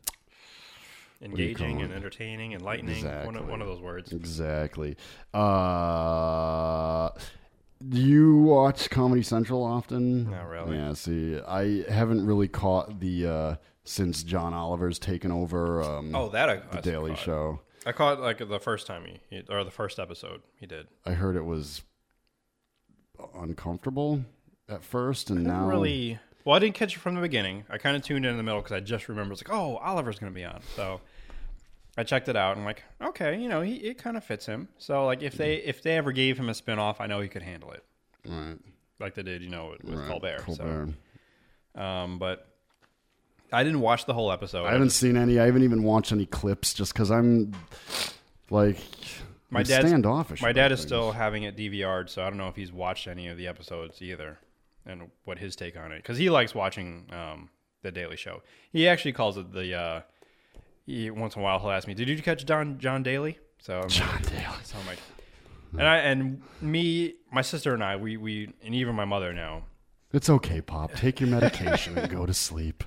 Speaker 2: you
Speaker 3: engaging
Speaker 2: call
Speaker 3: and
Speaker 2: it?
Speaker 3: entertaining, enlightening. One, of,
Speaker 2: Exactly.
Speaker 3: one of those words.
Speaker 2: exactly. Uh, do you watch Comedy Central often?
Speaker 3: Not really.
Speaker 2: Yeah. See, I haven't really caught the uh, since John Oliver's taken over. Um,
Speaker 3: Oh, that I,
Speaker 2: the Daily
Speaker 3: caught.
Speaker 2: Show.
Speaker 3: I caught like the first time he, he- or the first episode he did.
Speaker 2: I heard it was uncomfortable at first, and now
Speaker 3: Really. Well, I didn't catch it from the beginning. I kind of tuned in in the middle because I just remembered it's like, oh, Oliver's going to be on. So I checked it out and I'm like, okay, you know, he it kind of fits him. So like if they if they ever gave him a spin off, I know he could handle it.
Speaker 2: right,
Speaker 3: Like they did, you know, with, with
Speaker 2: right,
Speaker 3: Colbert.
Speaker 2: Colbert.
Speaker 3: So, um, but I didn't watch the whole episode.
Speaker 2: I haven't seen any. I haven't even watched any clips, just because I'm like
Speaker 3: my
Speaker 2: I'm
Speaker 3: dad's
Speaker 2: standoffish.
Speaker 3: My
Speaker 2: about
Speaker 3: dad is
Speaker 2: things.
Speaker 3: still having it DVR'd, so I don't know if he's watched any of the episodes either, and what his take on it because he likes watching um, the Daily Show. He actually calls it the. Uh, he, once in a while, he'll ask me, "Did you catch Don John Daly?" So I'm John Daly. So I'm like, and I and me, my sister and I, we we and even my mother now.
Speaker 2: It's okay, Pop. Take your medication and go to sleep.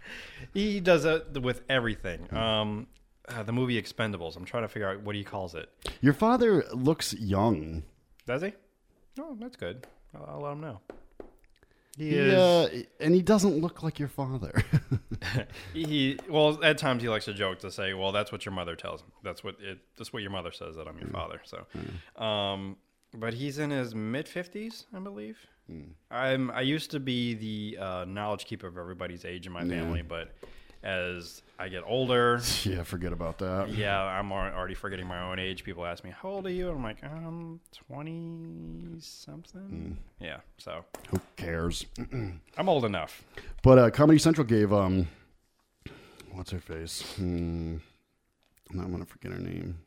Speaker 3: He does it with everything.
Speaker 2: Hmm.
Speaker 3: Um, uh, the movie Expendables. I'm trying to figure out what he calls it.
Speaker 2: Your father looks young.
Speaker 3: Does he? Oh, that's good. I'll, I'll let him know. He,
Speaker 2: He, uh, and he doesn't look like your father.
Speaker 3: He well, at times he likes to joke to say, "Well, that's what your mother tells him. That's what it. That's what your mother says that I'm your father." So, um, but he's in his mid fifties, I believe. I'm. I used to be the uh, knowledge keeper of everybody's age in my family, but as I get older,
Speaker 2: yeah, forget about that.
Speaker 3: yeah, I'm al- already forgetting my own age. People ask me, "How old are you?" And I'm like, "Um, twenty something." Yeah, so
Speaker 2: Who cares?
Speaker 3: I'm old enough.
Speaker 2: But uh, Comedy Central gave um, what's her face? Hmm. and I'm gonna forget her name.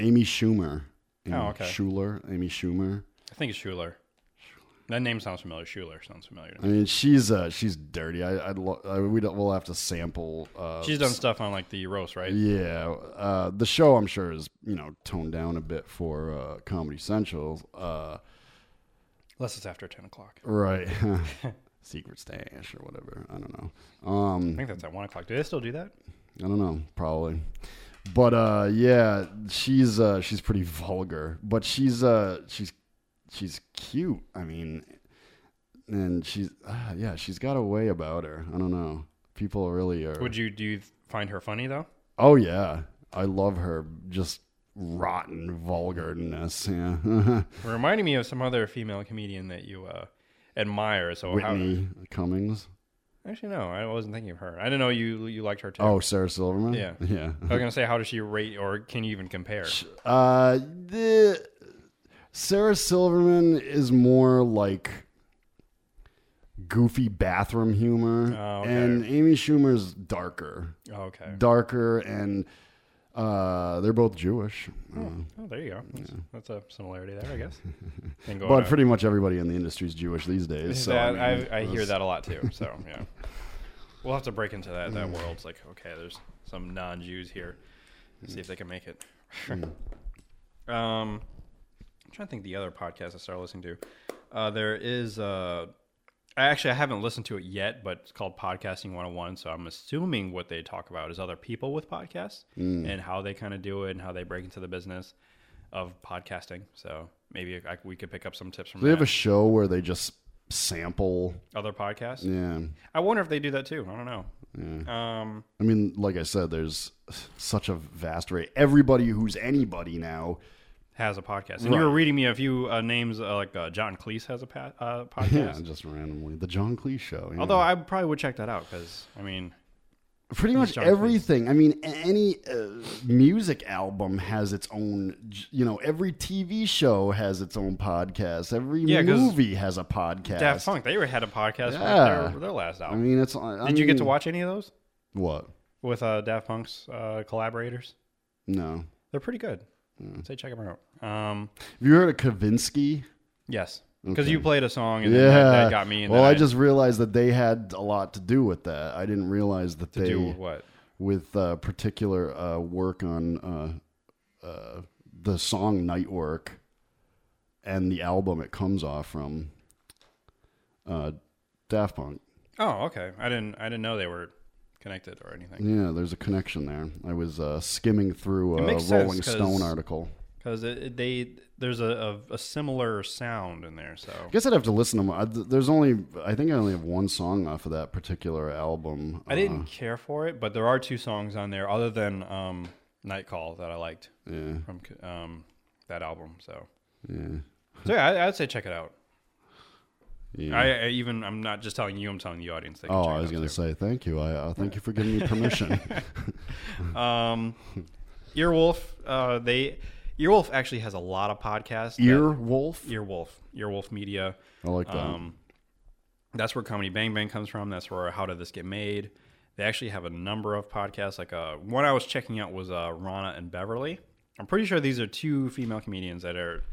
Speaker 2: Amy Schumer. Amy
Speaker 3: Oh, okay.
Speaker 2: Schuler. Amy Schumer.
Speaker 3: I think it's Schuler. That name sounds familiar. Schuler sounds familiar. To
Speaker 2: I
Speaker 3: me.
Speaker 2: mean, she's uh, she's dirty. I, I'd lo- I, we don't, we'll have to sample. Uh,
Speaker 3: She's done stuff on like the roast, right?
Speaker 2: Yeah, uh, the show I'm sure is you know toned down a bit for uh, Comedy Central. Uh,
Speaker 3: Unless it's after ten o'clock.
Speaker 2: right, Secret Stash or whatever. I don't know.
Speaker 3: I
Speaker 2: Um,
Speaker 3: think that's at one o'clock. Do they still do that?
Speaker 2: I don't know, probably. But uh, yeah, she's uh, she's pretty vulgar, but she's uh, she's she's cute. I mean, and she's uh, yeah, she's got a way about her. I don't know. People really are.
Speaker 3: Would you do you find her funny though?
Speaker 2: Oh yeah, I love her. Just rotten vulgarness. Yeah,
Speaker 3: Reminding me of some other female comedian that you uh, admire. So
Speaker 2: Whitney Cummings.
Speaker 3: how? Actually, no, I wasn't thinking of her. I didn't know you you liked her too.
Speaker 2: Oh, Sarah Silverman.
Speaker 3: Yeah.
Speaker 2: yeah.
Speaker 3: I was gonna say, how does she rate, or can you even compare?
Speaker 2: Uh, the Sarah Silverman is more like goofy bathroom humor,
Speaker 3: Oh, okay.
Speaker 2: and Amy Schumer's darker,
Speaker 3: Oh, okay.
Speaker 2: darker, and uh, they're both Jewish. Uh,
Speaker 3: Oh, there you go. That's, that's a similarity there, I guess. Thing going
Speaker 2: but
Speaker 3: on.
Speaker 2: pretty much everybody in the industry is Jewish these days. So
Speaker 3: that,
Speaker 2: I,
Speaker 3: I,
Speaker 2: mean,
Speaker 3: I, hear
Speaker 2: that's-
Speaker 3: that a lot too. So yeah, we'll have to break into that
Speaker 2: Mm.
Speaker 3: that world. It's like okay, there's some non-Jews here. See if they can make it.
Speaker 2: Mm.
Speaker 3: um, I'm trying to think of the other podcast I started listening to. Uh, there is uh, I actually I haven't listened to it yet, but it's called Podcasting 101. So I'm assuming what they talk about is other people with podcasts
Speaker 2: Mm.
Speaker 3: and how they kind of do it and how they break into the business of podcasting. So maybe I, we could pick up some tips from
Speaker 2: They have
Speaker 3: that.
Speaker 2: a show where they just sample.
Speaker 3: other podcasts.
Speaker 2: Yeah.
Speaker 3: I wonder if they do that too. I don't know. Um,
Speaker 2: I mean, like I said, there's such a vast array. Everybody who's anybody now.
Speaker 3: has a podcast. And you were reading me a few uh, names, uh, like uh, John Cleese has a pa- uh,
Speaker 2: Yeah,
Speaker 3: podcast.
Speaker 2: just randomly. The John Cleese show. yeah.
Speaker 3: Although I probably would check that out because I mean,
Speaker 2: pretty much
Speaker 3: John Cleese.
Speaker 2: everything. I mean, a- any uh, music album has its own. j- You know, every TV show has its own podcast. Every
Speaker 3: Yeah, 'cause
Speaker 2: movie has a podcast.
Speaker 3: Daft Punk they were had a podcast
Speaker 2: Yeah.
Speaker 3: with their, their last
Speaker 2: I
Speaker 3: album.
Speaker 2: mean, it's. I
Speaker 3: Did you get to
Speaker 2: mean,
Speaker 3: watch any of those
Speaker 2: what?
Speaker 3: with uh, Daft Punk's uh, collaborators?
Speaker 2: No.
Speaker 3: They're pretty good.
Speaker 2: Hmm.
Speaker 3: Say check them out. Um,
Speaker 2: Have you heard of Kavinsky?
Speaker 3: yes, because you played a song and
Speaker 2: Yeah,
Speaker 3: then that, that got me. And
Speaker 2: well,
Speaker 3: then
Speaker 2: I just realized that they had a lot to do with that. I didn't realize that
Speaker 3: to
Speaker 2: they
Speaker 3: do what?
Speaker 2: with uh, particular uh, work on uh, uh, the song Night Work and the album it comes off from uh, Daft Punk.
Speaker 3: Oh, okay. I didn't. I didn't know they were connected or anything.
Speaker 2: Yeah, there's a connection there. I was uh, skimming through
Speaker 3: It
Speaker 2: a
Speaker 3: makes sense,
Speaker 2: Rolling
Speaker 3: 'cause-
Speaker 2: Stone article.
Speaker 3: because it, it- they there's a, a, a similar sound in there. So
Speaker 2: I guess I'd have to listen to them. I, there's only, I think I only have one song off of that particular album.
Speaker 3: I didn't care for it, but there are two songs on there other than um, Night Call that I liked
Speaker 2: Uh, yeah,
Speaker 3: from c- um, that album. So
Speaker 2: yeah,
Speaker 3: so yeah, I, I'd say check it out.
Speaker 2: yeah.
Speaker 3: I, I even I'm not just telling you, I'm telling the audience. They can
Speaker 2: oh,
Speaker 3: check
Speaker 2: I
Speaker 3: it
Speaker 2: was
Speaker 3: out,
Speaker 2: gonna
Speaker 3: too.
Speaker 2: say thank you. I uh, thank you for giving me permission.
Speaker 3: Um, Earwolf. Uh, they Earwolf actually has a lot of podcasts. that-
Speaker 2: Ear Wolf.
Speaker 3: Earwolf. Earwolf Media.
Speaker 2: I like that.
Speaker 3: Um, that's where Comedy Bang Bang comes from. That's where How Did This Get Made. They actually have a number of podcasts. Like uh, one I was checking out was uh, Rana and Beverly. I'm pretty sure these are two female comedians that are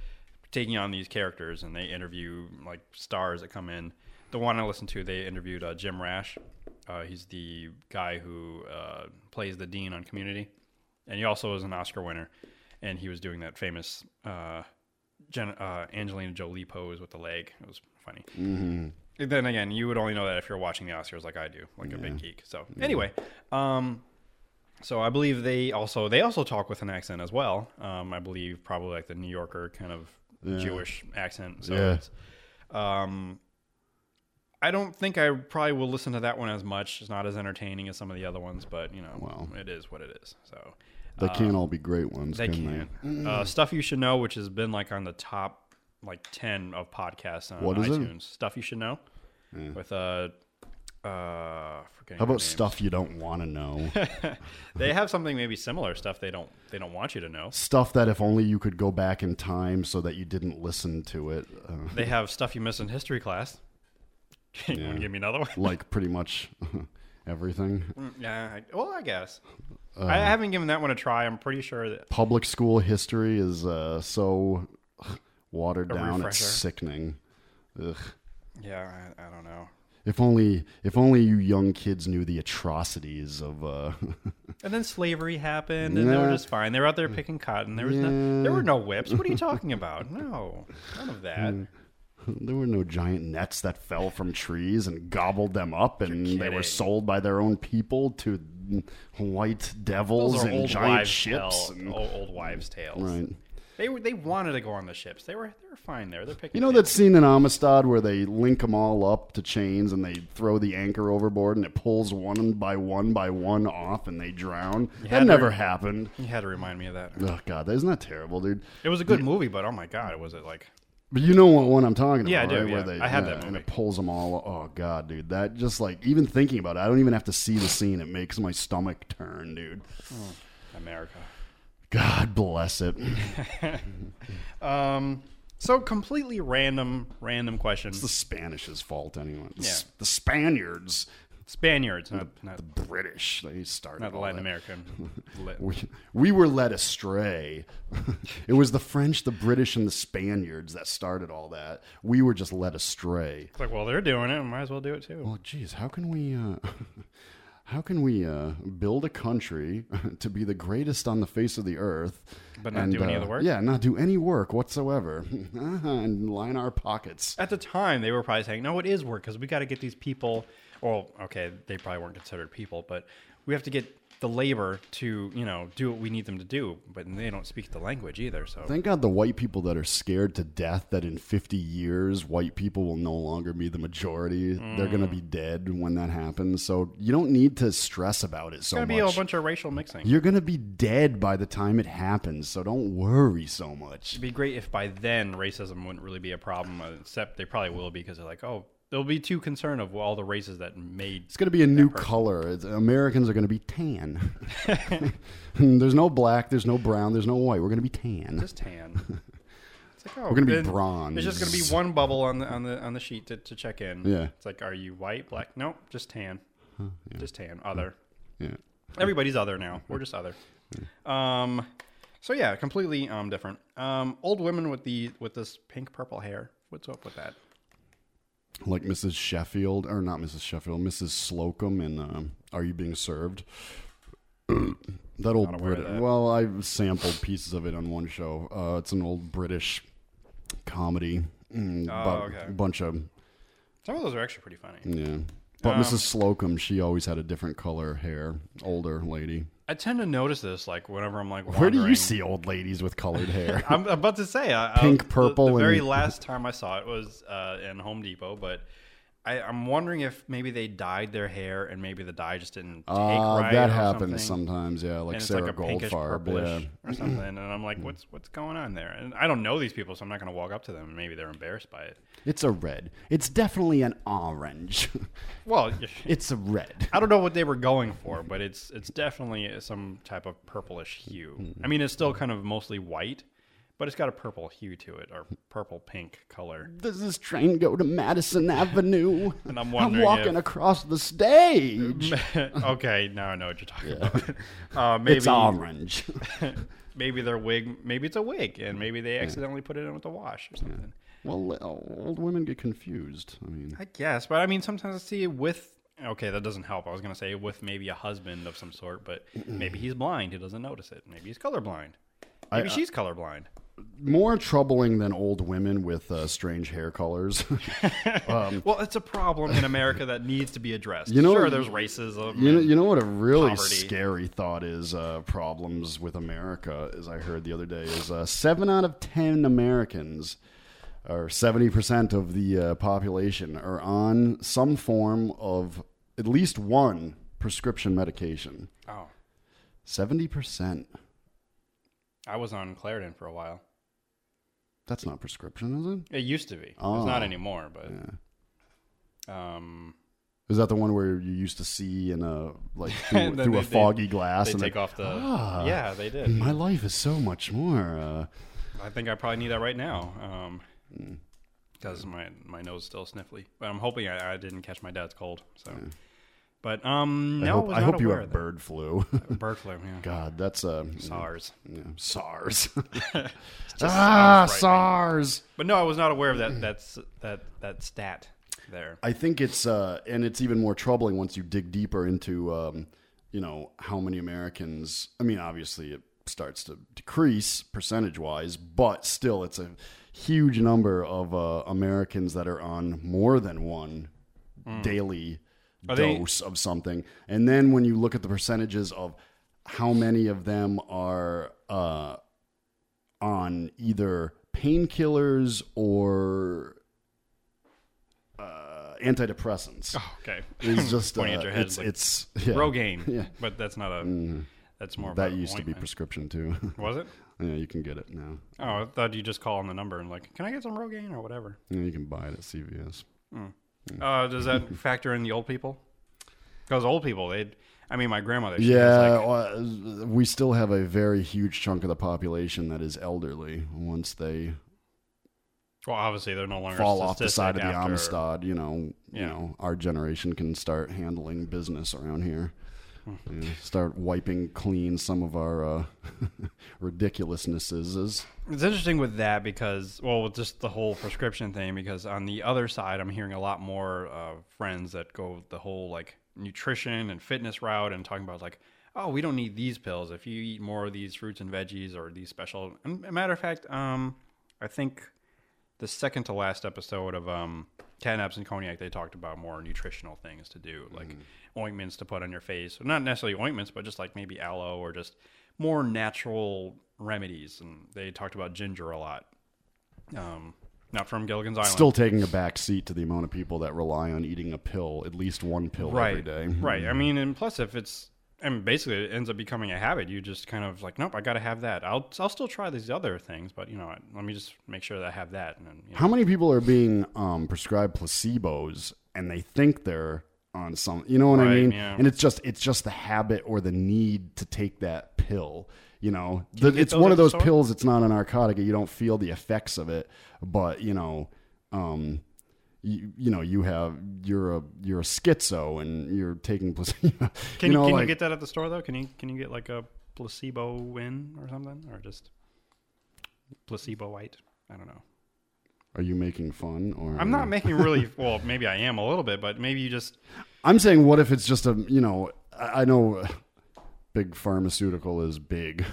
Speaker 3: taking on these characters, and they interview like stars that come in. The one I listened to, they interviewed uh, Jim Rash. Uh, he's the guy who uh, plays the dean on Community, and he also is an Oscar winner. And he was doing that famous uh, Jen, uh, Angelina Jolie pose with the leg. It was funny. And Then again, you would only know that if you're watching the Oscars like I do, like a big geek. So anyway, um, so I believe they also they also talk with an accent as well. Um, I believe probably like the New Yorker kind of Jewish accent. So
Speaker 2: Yeah.
Speaker 3: it's, um, I don't think I probably will listen to that one as much. It's not as entertaining as some of the other ones, but you know,
Speaker 2: Well.
Speaker 3: it is what it is. So
Speaker 2: They can't all be great ones,
Speaker 3: uh, they
Speaker 2: can
Speaker 3: can. Uh, Stuff you should know, which has been like on the top like ten of podcasts on
Speaker 2: What is it?
Speaker 3: iTunes. Stuff you should know with uh uh forgetting
Speaker 2: How
Speaker 3: her
Speaker 2: about
Speaker 3: name.
Speaker 2: stuff you don't want to know?
Speaker 3: They have something maybe similar stuff they don't they don't want you to know.
Speaker 2: stuff that if only you could go back in time so that you didn't listen to it. Uh,
Speaker 3: They have stuff you miss in history class. you want
Speaker 2: Yeah.
Speaker 3: to give me another one?
Speaker 2: like pretty much everything.
Speaker 3: yeah. I, well, I guess.
Speaker 2: uh,
Speaker 3: I haven't given that one a try. I'm pretty sure that
Speaker 2: Public school history is uh, so watered
Speaker 3: A
Speaker 2: down.
Speaker 3: refresher.
Speaker 2: It's sickening. Ugh.
Speaker 3: yeah, I, I don't know.
Speaker 2: If only, if only you young kids knew the atrocities of. Uh,
Speaker 3: And then slavery happened, and they were
Speaker 2: Yeah.
Speaker 3: just fine. They were out there picking cotton. There was no, there were no whips. What are you talking about? No, none of that.
Speaker 2: Mm. there were no giant nets that fell from trees and gobbled them up, and they
Speaker 3: kidding.
Speaker 2: were sold by their own people to white devils
Speaker 3: Those are
Speaker 2: and
Speaker 3: old
Speaker 2: giant
Speaker 3: wives' Oh,
Speaker 2: ships.
Speaker 3: tale-
Speaker 2: and-
Speaker 3: old, old wives' tales.
Speaker 2: right.
Speaker 3: They were- they wanted to go on the ships. They were they were fine there. They're picking.
Speaker 2: You know that scene in Amistad where they link them all up to chains and they throw the anchor overboard and it pulls one by one by one off and they drown?
Speaker 3: had to-
Speaker 2: that never happened.
Speaker 3: you had to remind me of that.
Speaker 2: Oh god, isn't that terrible, dude?
Speaker 3: It was a good movie, but oh my god, was it like?
Speaker 2: But you know what one I'm talking about,
Speaker 3: Yeah, I do,
Speaker 2: right?
Speaker 3: yeah.
Speaker 2: Where they,
Speaker 3: I had that
Speaker 2: and
Speaker 3: movie.
Speaker 2: it pulls them all. Oh god, dude, that just like even thinking about it, I don't even have to see the scene. It makes my stomach turn, dude.
Speaker 3: America.
Speaker 2: God bless it.
Speaker 3: Um, so completely random, random question.
Speaker 2: It's the Spanish's fault, anyway. The, s-
Speaker 3: Yeah.
Speaker 2: the Spaniards,
Speaker 3: Spaniards, not, not,
Speaker 2: British, they started.
Speaker 3: not the
Speaker 2: all
Speaker 3: Latin
Speaker 2: that.
Speaker 3: American. lit-
Speaker 2: We, we were led astray. it was the French, the British, and the Spaniards that started all that. We were just led astray.
Speaker 3: It's like, well, they're doing it. Might as well do it too.
Speaker 2: Well, geez, how can we, uh, how can we uh, build a country to be the greatest on the face of the earth, uh,
Speaker 3: But not do any of the work?
Speaker 2: Yeah, not do any work whatsoever, Uh-huh, and line our pockets.
Speaker 3: At the time, they were probably saying, no, it is work because we got to get these people. Well, okay, they probably weren't considered people, but we have to get the labor to, you know, do what we need them to do. But they don't speak the language either. So
Speaker 2: Thank God the white people that are scared to death that in 50 years white people will no longer be the majority. They're going to
Speaker 3: Mm.
Speaker 2: be dead when that happens. So you don't need to stress about it so
Speaker 3: going to
Speaker 2: much.
Speaker 3: be a whole bunch of racial mixing.
Speaker 2: You're going to be dead by the time it happens. So don't worry so much.
Speaker 3: It'd be great if by then racism wouldn't really be a problem, except they probably will be because they're like, oh, they'll be too concerned of all the races that made.
Speaker 2: It's going to be a new color. It's, Americans are going to be tan. there's no black, there's no brown, there's no white. We're going to be tan.
Speaker 3: just tan. It's like, oh,
Speaker 2: gonna be
Speaker 3: then There's just gonna
Speaker 2: bronze.
Speaker 3: be one bubble on the on the on the sheet to, to check in.
Speaker 2: Yeah.
Speaker 3: It's like, are you white, black? Nope, just tan. Just tan. Other.
Speaker 2: yeah.
Speaker 3: Everybody's other now. We're just other. Um, so yeah, completely um different. Um, old women with the with this pink purple hair. What's up with that?
Speaker 2: Like Mrs. Sheffield, or not Mrs. Sheffield, Mrs. Slocum in um, Are You Being Served? that old
Speaker 3: aware of
Speaker 2: British.
Speaker 3: that.
Speaker 2: Well, I've sampled pieces of it on one show. Uh, it's an old British comedy. Mm,
Speaker 3: Oh,
Speaker 2: bu-
Speaker 3: okay.
Speaker 2: Bunch of
Speaker 3: Some of those are actually pretty funny.
Speaker 2: yeah. But
Speaker 3: Um,
Speaker 2: Mrs. Slocum, she always had a different color hair. Older lady.
Speaker 3: I tend to notice this like whenever I'm like.
Speaker 2: Where do you
Speaker 3: wandering.
Speaker 2: see old ladies with colored hair?
Speaker 3: I'm about to say I,
Speaker 2: Pink,
Speaker 3: I, the-
Speaker 2: purple,
Speaker 3: The,
Speaker 2: and-
Speaker 3: very last time I saw it was uh, in Home Depot, but I, I'm wondering if maybe they dyed their hair and maybe the dye just didn't take
Speaker 2: Ah,
Speaker 3: right.
Speaker 2: that
Speaker 3: or
Speaker 2: happens
Speaker 3: something.
Speaker 2: sometimes. Yeah, like
Speaker 3: and it's
Speaker 2: Sarah
Speaker 3: like a pinkish
Speaker 2: Goldfarb.
Speaker 3: purplish
Speaker 2: yeah.
Speaker 3: or something, and I'm like, what's what's going on there? And I don't know these people, so I'm not going to walk up to them. Maybe they're embarrassed by it.
Speaker 2: It's a red. It's definitely an orange.
Speaker 3: Well,
Speaker 2: it's a red.
Speaker 3: I don't know what they were going for, but it's it's definitely some type of purplish hue. I mean, it's still kind of mostly white, but it's got a purple hue to it or purple pink color.
Speaker 2: Does this train go to Madison Avenue?
Speaker 3: And I'm wondering
Speaker 2: walking
Speaker 3: if-
Speaker 2: across the stage.
Speaker 3: okay, now I know what you're talking about. Uh, maybe
Speaker 2: It's orange.
Speaker 3: maybe their wig, maybe it's a wig, and maybe they accidentally put it in with the wash or something.
Speaker 2: well, uh, old women get confused. I mean,
Speaker 3: I guess, but I mean, sometimes I see it with. Okay, that doesn't help. I was gonna say with maybe a husband of some sort, but maybe he's blind. He doesn't notice it. Maybe he's colorblind.
Speaker 2: uh,
Speaker 3: Maybe she's colorblind.
Speaker 2: more troubling than old women with uh, strange hair colors.
Speaker 3: Well, it's a problem in America that needs to be addressed.
Speaker 2: um, You know-
Speaker 3: sure, there's racism.
Speaker 2: you know,
Speaker 3: and-
Speaker 2: you know what a really
Speaker 3: Poverty.
Speaker 2: scary thought is. Uh, problems with America, as I heard the other day, is uh, seven out of ten Americans. Or seventy percent of the uh, population are on some form of at least one prescription medication.
Speaker 3: oh,
Speaker 2: Seventy percent.
Speaker 3: I was on Claritin for a while.
Speaker 2: That's not prescription, is it?
Speaker 3: It used to be.
Speaker 2: Oh.
Speaker 3: It's not anymore, but. Um,
Speaker 2: Is that the one where you used to see in a like through,
Speaker 3: And then
Speaker 2: through a
Speaker 3: they- they-
Speaker 2: foggy glass?
Speaker 3: they
Speaker 2: and
Speaker 3: take
Speaker 2: then,
Speaker 3: off the.
Speaker 2: Ah.
Speaker 3: yeah, they did.
Speaker 2: My life is so much more. Uh,
Speaker 3: I think I probably need that right now. um,
Speaker 2: Mm.
Speaker 3: Because my my nose is still sniffly, but I'm hoping I, I didn't catch my dad's cold. So, But um,
Speaker 2: I
Speaker 3: no,
Speaker 2: hope,
Speaker 3: was
Speaker 2: I
Speaker 3: not
Speaker 2: hope you
Speaker 3: aware
Speaker 2: have
Speaker 3: of that.
Speaker 2: bird flu.
Speaker 3: bird flu. Yeah.
Speaker 2: God, that's uh,
Speaker 3: SARS.
Speaker 2: yeah, SARS. ah,
Speaker 3: sounds frightening.
Speaker 2: SARS.
Speaker 3: But no, I was not aware of that. That's that that stat there.
Speaker 2: Mm. I think it's uh, and it's even more troubling once you dig deeper into um, you know how many Americans. I mean, obviously it starts to decrease percentage wise, but still it's a huge number of uh, Americans that are on more than one daily
Speaker 3: Hmm. Are they-
Speaker 2: dose of something, and then when you look at the percentages of how many of them are. Uh, on either painkillers or uh, antidepressants.
Speaker 3: Okay.
Speaker 2: It's just uh,
Speaker 3: Oh. Pointing at your head,
Speaker 2: it's,
Speaker 3: it's
Speaker 2: it's
Speaker 3: like,
Speaker 2: yeah,
Speaker 3: Rogaine.
Speaker 2: Yeah. Mm.
Speaker 3: But that's not a. That's more. of
Speaker 2: That
Speaker 3: a
Speaker 2: used to be
Speaker 3: ointment.
Speaker 2: prescription too.
Speaker 3: Was it?
Speaker 2: yeah, you can get it now.
Speaker 3: Oh, I thought you just call on the number and like, can I get some Rogaine or whatever?
Speaker 2: Yeah, you can buy it at CVS.
Speaker 3: Uh, does that factor in the old people? Because old people, they. I mean, my grandmother. She
Speaker 2: Yeah,
Speaker 3: Was like,
Speaker 2: well, we still have a very huge chunk of the population that is elderly. Once they
Speaker 3: well, obviously they're no longer
Speaker 2: fall off the side of the
Speaker 3: statistic after-
Speaker 2: Amistad, you know, you
Speaker 3: Yeah.
Speaker 2: know, our generation can start handling business around here.
Speaker 3: Hmm.
Speaker 2: Yeah, start wiping clean some of our uh, ridiculousnesses.
Speaker 3: It's interesting with that because, well, with just the whole prescription thing, because on the other side, I'm hearing a lot more uh, friends that go the whole like nutrition and fitness route and talking about like, oh, we don't need these pills. If you eat more of these fruits and veggies or these special. And a matter of fact, um, I think the second to last episode of um, Catnaps and Cognac, they talked about more nutritional things to do, like
Speaker 2: Mm-hmm.
Speaker 3: ointments to put on your face. Not necessarily ointments, but just like maybe aloe or just more natural remedies. And they talked about ginger a lot. Um, not from Gilligan's Island.
Speaker 2: Still taking a back seat to the amount of people that rely on eating a pill, at least one pill
Speaker 3: right,
Speaker 2: every day. Mm-hmm.
Speaker 3: Right. I mean, and plus, if it's, I mean, basically, it ends up becoming a habit. You just kind of like, nope, I got to have that. I'll, I'll still try these other things, but you know, let me just make sure that I have that. And then, you know,
Speaker 2: How many people are being um, prescribed placebos and they think they're on some? You know what I
Speaker 3: Right,
Speaker 2: mean?
Speaker 3: yeah.
Speaker 2: And it's just it's just the habit or the need to take that pill. You know, The-
Speaker 3: get
Speaker 2: it's
Speaker 3: those
Speaker 2: one of
Speaker 3: at the
Speaker 2: those
Speaker 3: store?
Speaker 2: pills. It's not a narcotic. You don't feel the effects of it, but you know, um, you, you know, you have you're a you're a schizo and you're taking placebo.
Speaker 3: Can you,
Speaker 2: know,
Speaker 3: can
Speaker 2: like-
Speaker 3: you get that at the store though? Can you can you get like a placebo win or something or just placebo white? I don't know.
Speaker 2: Are you making fun? Or
Speaker 3: I'm not making really well. Maybe I am a little bit, but maybe you just
Speaker 2: I'm saying, what if it's just a you know? I I know uh, big pharmaceutical is big,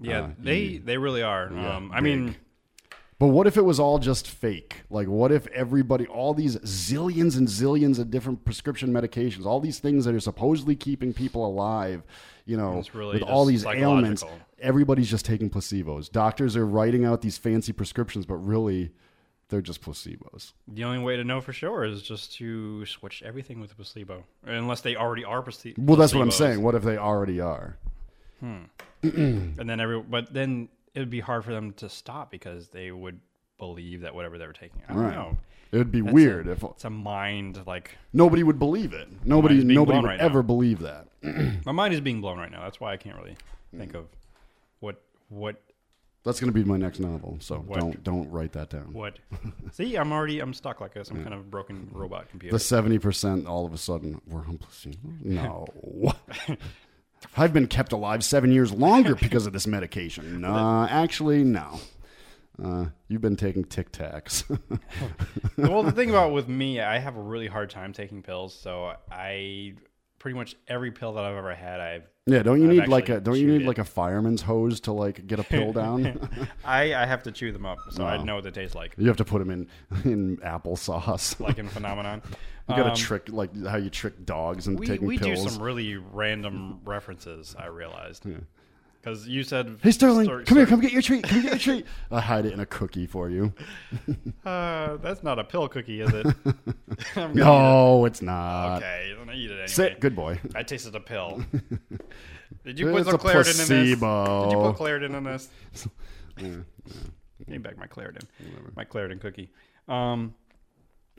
Speaker 3: yeah.
Speaker 2: Uh,
Speaker 3: they they really are. um, I mean,
Speaker 2: but what if it was all just fake? Like, what if everybody, all these zillions and zillions of different prescription medications, all these things that are supposedly keeping people alive, you know,
Speaker 3: It's really
Speaker 2: with
Speaker 3: just
Speaker 2: all these ailments,
Speaker 3: psychological.
Speaker 2: everybody's just taking placebos. Doctors are writing out these fancy prescriptions, but really, they're just placebos.
Speaker 3: the only way to know for sure is just to switch everything with a placebo, unless they already are placebo.
Speaker 2: Well, that's what I'm saying. What if they already are?
Speaker 3: And then every but then it would be hard for them to stop because they would believe that whatever they were taking. I don't
Speaker 2: Right.
Speaker 3: know.
Speaker 2: It would be
Speaker 3: That's a-
Speaker 2: weird if
Speaker 3: it's a mind like
Speaker 2: nobody would believe it. Nobody,
Speaker 3: Mine's being
Speaker 2: nobody
Speaker 3: blown
Speaker 2: would
Speaker 3: right now.
Speaker 2: ever believe that.
Speaker 3: My mind is being blown right now. That's why I can't really
Speaker 2: Hmm.
Speaker 3: think of what what
Speaker 2: That's going to be my next novel. So
Speaker 3: What?
Speaker 2: don't don't write that down.
Speaker 3: what. See, I'm already I'm stuck like a, some kind of broken robot computer.
Speaker 2: Hmm. The seventy percent all of a sudden were on placebo. No, I've been kept alive seven years longer because of this medication. Nah, actually, no. Uh, you've been taking Tic Tacs.
Speaker 3: well, the thing about with me, I have a really hard time taking pills, so I pretty much every pill that I've ever had, I've
Speaker 2: yeah, don't you
Speaker 3: I've
Speaker 2: need like
Speaker 3: actually
Speaker 2: a don't you
Speaker 3: chewed
Speaker 2: need
Speaker 3: it.
Speaker 2: like a fireman's hose to like get a pill down?
Speaker 3: I, I have to chew them up, so I know what they taste like,
Speaker 2: you have to put them in in applesauce.
Speaker 3: like in Phenomenon.
Speaker 2: you got to
Speaker 3: Um,
Speaker 2: trick like how you trick dogs into
Speaker 3: We
Speaker 2: taking
Speaker 3: we
Speaker 2: pills.
Speaker 3: do some really random references. I realized because you said,
Speaker 2: Hey Sterling,
Speaker 3: Sir-
Speaker 2: come here,
Speaker 3: Sir-
Speaker 2: come get your treat, come get your treat. I hide it in a cookie for you.
Speaker 3: Uh, that's not a pill cookie, is it? I'm gonna
Speaker 2: No, it's not.
Speaker 3: Okay, then I eat it anyway.
Speaker 2: Sit, good boy.
Speaker 3: I tasted a pill. Did you put
Speaker 2: It's
Speaker 3: some
Speaker 2: a
Speaker 3: Claritin in this?
Speaker 2: placebo.
Speaker 3: Did you put Claritin in this? Give me back my Claritin. My Claritin cookie. Um,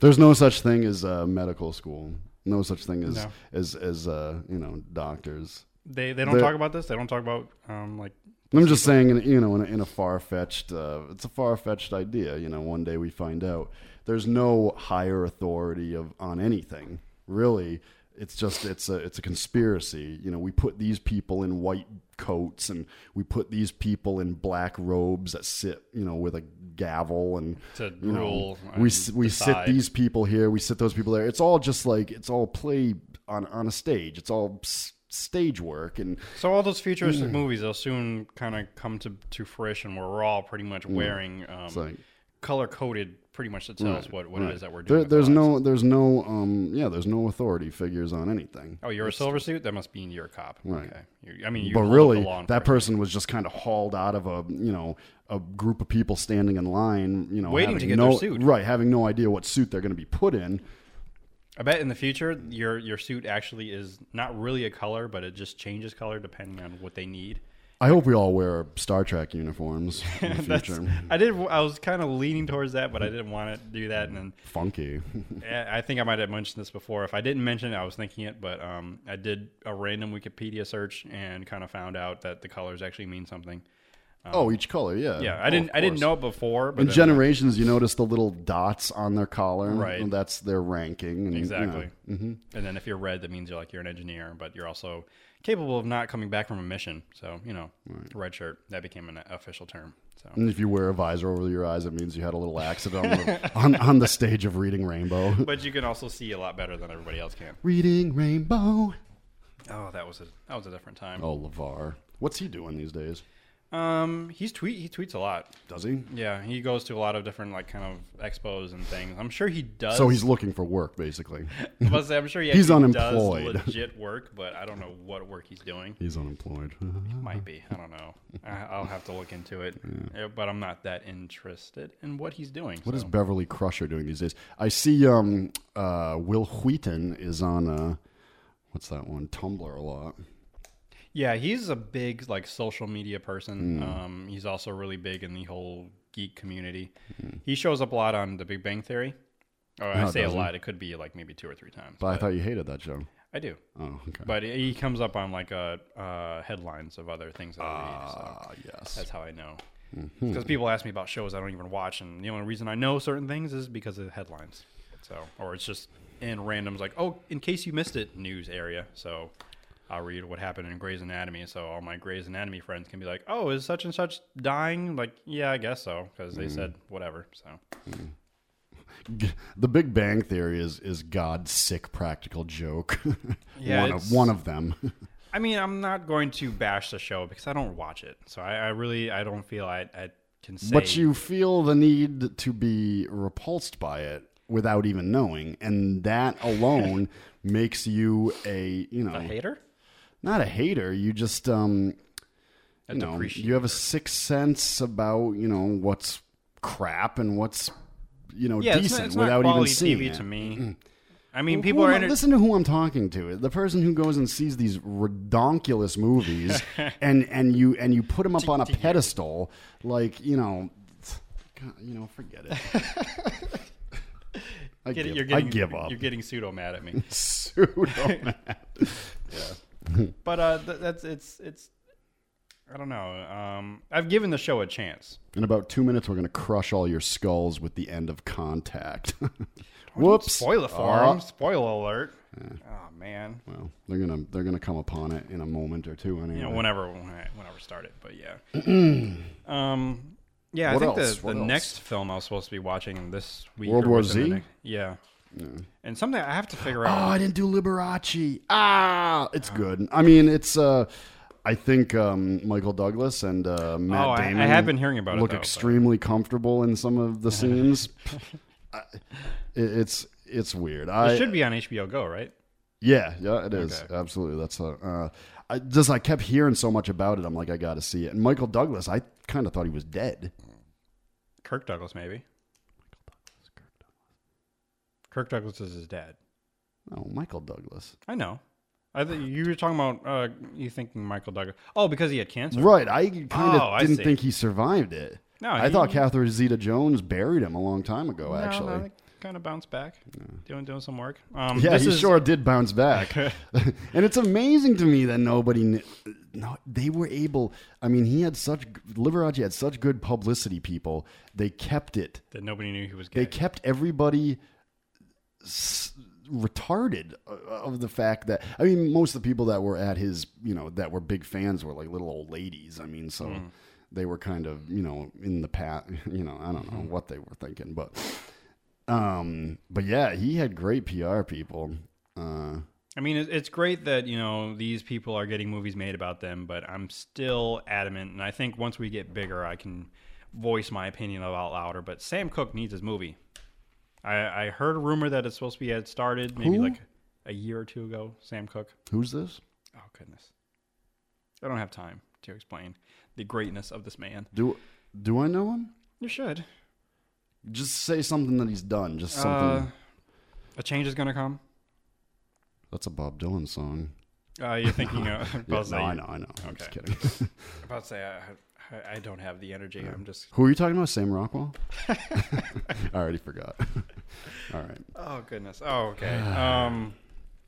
Speaker 2: There's no such thing as uh, medical school. No such thing as
Speaker 3: No.
Speaker 2: as as uh, you know doctors.
Speaker 3: they they don't
Speaker 2: The-
Speaker 3: talk about this. They don't talk about um like
Speaker 2: I'm just saying, in, you know, in a, in a far fetched, uh, it's a far fetched idea. You know, one day we find out there's no higher authority of on anything really It's just it's a it's a conspiracy. You know, we put these people in white coats and we put these people in black robes that sit, you know, with a gavel and
Speaker 3: To
Speaker 2: you know,
Speaker 3: rule
Speaker 2: we
Speaker 3: and
Speaker 2: s- we sit
Speaker 3: decide.
Speaker 2: these people here, we sit those people there. It's all just like it's all play on on a stage. It's all s- stage work and
Speaker 3: So all those futuristic
Speaker 2: Mm.
Speaker 3: movies, they'll soon kind of come to to fruition where we're all pretty much wearing um,
Speaker 2: Mm. like-
Speaker 3: color coded. Pretty much to tell us what, what
Speaker 2: Right.
Speaker 3: it is that we're doing.
Speaker 2: There,
Speaker 3: with
Speaker 2: there's
Speaker 3: our lives.
Speaker 2: no there's no um yeah there's no authority figures on anything.
Speaker 3: Oh, you're a silver suit. That must mean you're a cop.
Speaker 2: Right.
Speaker 3: Okay. You, I mean, you
Speaker 2: but
Speaker 3: hold up
Speaker 2: really
Speaker 3: the law
Speaker 2: that
Speaker 3: enforcement.
Speaker 2: person was just kind of hauled out of a you know a group of people standing in line you know
Speaker 3: Waiting to
Speaker 2: having
Speaker 3: get
Speaker 2: no,
Speaker 3: their suit.
Speaker 2: right having no idea what suit they're going to be put in
Speaker 3: I bet in the future your your suit actually is not really a color, but it just changes color depending on what they need.
Speaker 2: i hope we all wear star trek uniforms in the
Speaker 3: That's-
Speaker 2: future
Speaker 3: I did. I was kind of leaning towards that, but I didn't want to do that. And
Speaker 2: funky
Speaker 3: then eh, I I think I might have mentioned this before. If I didn't mention it, I was thinking it, but um, I did a random Wikipedia search and kind of found out that the colors actually mean something.
Speaker 2: oh each color yeah
Speaker 3: Yeah,
Speaker 2: Oh,
Speaker 3: I didn't.
Speaker 2: of
Speaker 3: I didn't
Speaker 2: course.
Speaker 3: know it before. But
Speaker 2: in
Speaker 3: then-
Speaker 2: generations you notice the little dots on their collar
Speaker 3: Right.
Speaker 2: and that's their ranking and, you know.
Speaker 3: Exactly.
Speaker 2: Mm-hmm.
Speaker 3: And then if you're red, that means you're like you're an engineer, but you're also capable of not coming back from a mission. So you know, red shirt that became an official term. So,
Speaker 2: And if you wear a visor over your eyes, it means you had a little accident on the, on, on the stage of Reading Rainbow.
Speaker 3: but you can also see a lot better than everybody else can.
Speaker 2: Reading Rainbow.
Speaker 3: Oh, that was a that was a different time.
Speaker 2: Oh, LeVar. What's he doing these days?
Speaker 3: Um, he's tweet he tweets a lot.
Speaker 2: Does he?
Speaker 3: Yeah, he goes to a lot of different like kind of expos and things. I'm sure he does.
Speaker 2: So he's looking for work, basically.
Speaker 3: I must say, I'm sure he
Speaker 2: He's
Speaker 3: actually
Speaker 2: unemployed.
Speaker 3: Does legit work, but I don't know what work he's doing.
Speaker 2: He's unemployed.
Speaker 3: Might be. I don't know. I- I'll have to look into it. Uh, But I'm not that interested in what he's doing.
Speaker 2: What is
Speaker 3: so.
Speaker 2: Beverly Crusher doing these days? I see um, uh, Will Wheaton is on, uh, what's that one? Tumblr a lot.
Speaker 3: Yeah, he's a big like social media person.
Speaker 2: Hmm.
Speaker 3: Um, he's also really big in the whole geek community. He shows up a lot on The Big Bang Theory. Or I
Speaker 2: Hmm. Oh,
Speaker 3: say a
Speaker 2: does he?
Speaker 3: lot. It could be like maybe two or three times.
Speaker 2: But I thought you hated that show.
Speaker 3: I do.
Speaker 2: Oh, okay.
Speaker 3: But he comes up on like uh, uh, headlines of other things that I read. So
Speaker 2: Ah, yes.
Speaker 3: that's how I know.
Speaker 2: Mm-hmm.
Speaker 3: Because people ask me about shows I don't even watch, and the only reason I know certain things is because of the headlines. So, or it's just in randoms like, oh, in case you missed it, news area. So, I'll read what happened in Grey's Anatomy, so all my Grey's Anatomy friends can be like, oh, is such and such dying? Like, yeah, I guess so, because they said
Speaker 2: Mm-hmm.
Speaker 3: whatever. So,
Speaker 2: G- The Big Bang Theory is, is God's sick practical joke.
Speaker 3: Yeah,
Speaker 2: one, of,
Speaker 3: it's-
Speaker 2: one of them.
Speaker 3: I mean, I'm not going to bash the show because I don't watch it. So, I, I really, I don't feel I, I can say.
Speaker 2: But you feel the need to be repulsed by it without even knowing, and that alone makes you a you know
Speaker 3: a hater?
Speaker 2: not a hater. You just um
Speaker 3: A
Speaker 2: you know
Speaker 3: depreciator.
Speaker 2: you have a sixth sense about you know what's crap and what's you know
Speaker 3: yeah,
Speaker 2: decent
Speaker 3: it's not, it's
Speaker 2: without
Speaker 3: not
Speaker 2: even
Speaker 3: quality
Speaker 2: seeing
Speaker 3: TV
Speaker 2: it. Mm-hmm.
Speaker 3: to me. I mean,
Speaker 2: Who
Speaker 3: people are
Speaker 2: am I-
Speaker 3: enter-
Speaker 2: listen to who I'm talking to. The person who goes and sees these redonkulous movies, and and you and you put them up on a pedestal, like you know, God, you know, forget it. I
Speaker 3: Get it,
Speaker 2: give,
Speaker 3: you're getting,
Speaker 2: I give up.
Speaker 3: You're getting pseudo mad at me.
Speaker 2: Pseudo-
Speaker 3: but uh, th- that's it's it's. I don't know. Um, I've given the show a chance.
Speaker 2: In about two minutes, we're gonna crush all your skulls with the end of Contact. Whoops!
Speaker 3: Spoiler for
Speaker 2: Oh,
Speaker 3: 'em. Spoiler alert. Oh man.
Speaker 2: well, they're gonna they're gonna come upon it in a moment or two. Anyway,
Speaker 3: You know, whenever when I, when I started, but yeah. um, yeah.
Speaker 2: What
Speaker 3: I think
Speaker 2: else?
Speaker 3: the,
Speaker 2: What
Speaker 3: the
Speaker 2: else?
Speaker 3: next film I was supposed to be watching this week.
Speaker 2: World
Speaker 3: or
Speaker 2: War
Speaker 3: within the
Speaker 2: Z?
Speaker 3: next- yeah. And something I have to figure
Speaker 2: Oh,
Speaker 3: out.
Speaker 2: I didn't do Liberace. Ah, it's good. I mean, it's uh, I think um, Michael Douglas and uh, Matt
Speaker 3: Oh, I- I
Speaker 2: Damon.
Speaker 3: have been hearing about it,
Speaker 2: Look
Speaker 3: though, but-
Speaker 2: extremely comfortable in some of the scenes. I- it- it's it's weird. Oh, I
Speaker 3: it should be on HBO Go, right?
Speaker 2: yeah yeah it is
Speaker 3: Okay.
Speaker 2: absolutely. That's a, uh, I just I kept hearing so much about it. I'm like I got to see it. And Michael Douglas, I kind of thought he was dead.
Speaker 3: Kirk Douglas, maybe. Kirk Douglas is his dad.
Speaker 2: Oh, Michael Douglas.
Speaker 3: I know. I th- you were talking about uh, you thinking Michael Douglas. Oh, because he had cancer.
Speaker 2: Right, I kind of
Speaker 3: Oh, I
Speaker 2: didn't
Speaker 3: see.
Speaker 2: think he survived it.
Speaker 3: No,
Speaker 2: I
Speaker 3: he-
Speaker 2: thought Catherine Zeta-Jones buried him a long time ago.
Speaker 3: No, no,
Speaker 2: actually,
Speaker 3: they kind of bounced back, doing doing some work. Um,
Speaker 2: Yeah,
Speaker 3: this
Speaker 2: he
Speaker 3: is,
Speaker 2: sure did bounce back, and it's amazing to me that nobody. Kn- no, they were able. I mean, he had such Liberace had such good publicity. People, they kept it.
Speaker 3: that nobody knew he was gay.
Speaker 2: They kept everybody s- retarded uh, of the fact that I mean, most of the people that were at his, you know, that were big fans were like little old ladies. I mean, so
Speaker 3: Mm.
Speaker 2: they were kind of, you know, in the pat, you know, I
Speaker 3: Mm-hmm.
Speaker 2: don't know what they were thinking, but, um, but yeah, he had great PR people. Uh,
Speaker 3: I mean, it- it's great that you know these people are getting movies made about them, but I'm still adamant, and I think once we get bigger, I can voice my opinion out louder. But Sam Cooke needs his movie. I, I heard a rumor that it's supposed to be had started maybe
Speaker 2: Who?
Speaker 3: like a year or two ago. Sam Cooke.
Speaker 2: who's this?
Speaker 3: Oh goodness, I don't have time to explain the greatness of this man.
Speaker 2: Do, do I know him?
Speaker 3: You should.
Speaker 2: Just say something that he's done. Just something.
Speaker 3: Uh, a change is gonna come.
Speaker 2: That's a Bob Dylan song.
Speaker 3: Uh, you're thinking uh,
Speaker 2: Yeah,
Speaker 3: about
Speaker 2: no, I
Speaker 3: say-
Speaker 2: know, I know. I'm just
Speaker 3: Okay.
Speaker 2: kidding.
Speaker 3: About say I, I, I don't have the energy. I'm just.
Speaker 2: Who are you talking about? Sam Rockwell? I already forgot. All right.
Speaker 3: Oh goodness. Oh okay. Um.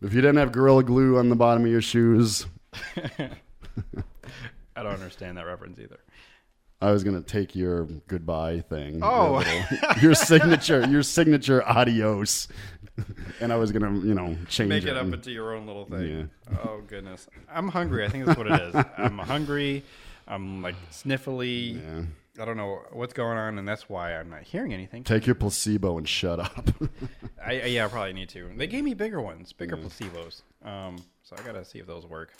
Speaker 2: If you didn't have Gorilla Glue on the bottom of your shoes,
Speaker 3: I don't understand that reference either.
Speaker 2: I was gonna take your goodbye thing. your
Speaker 3: Oh.
Speaker 2: little- your signature, your signature adios, and I was gonna, you know, change
Speaker 3: Make it
Speaker 2: it
Speaker 3: up into your own little thing. Oh goodness, I'm hungry. I think that's what it is. I'm hungry. I'm like sniffly.
Speaker 2: Yeah.
Speaker 3: I don't know what's going on, and that's why I'm not hearing anything.
Speaker 2: Take your placebo and shut up.
Speaker 3: I, I- yeah, I probably need to. They gave me bigger ones, bigger placebos. Um, so I gotta see if those work.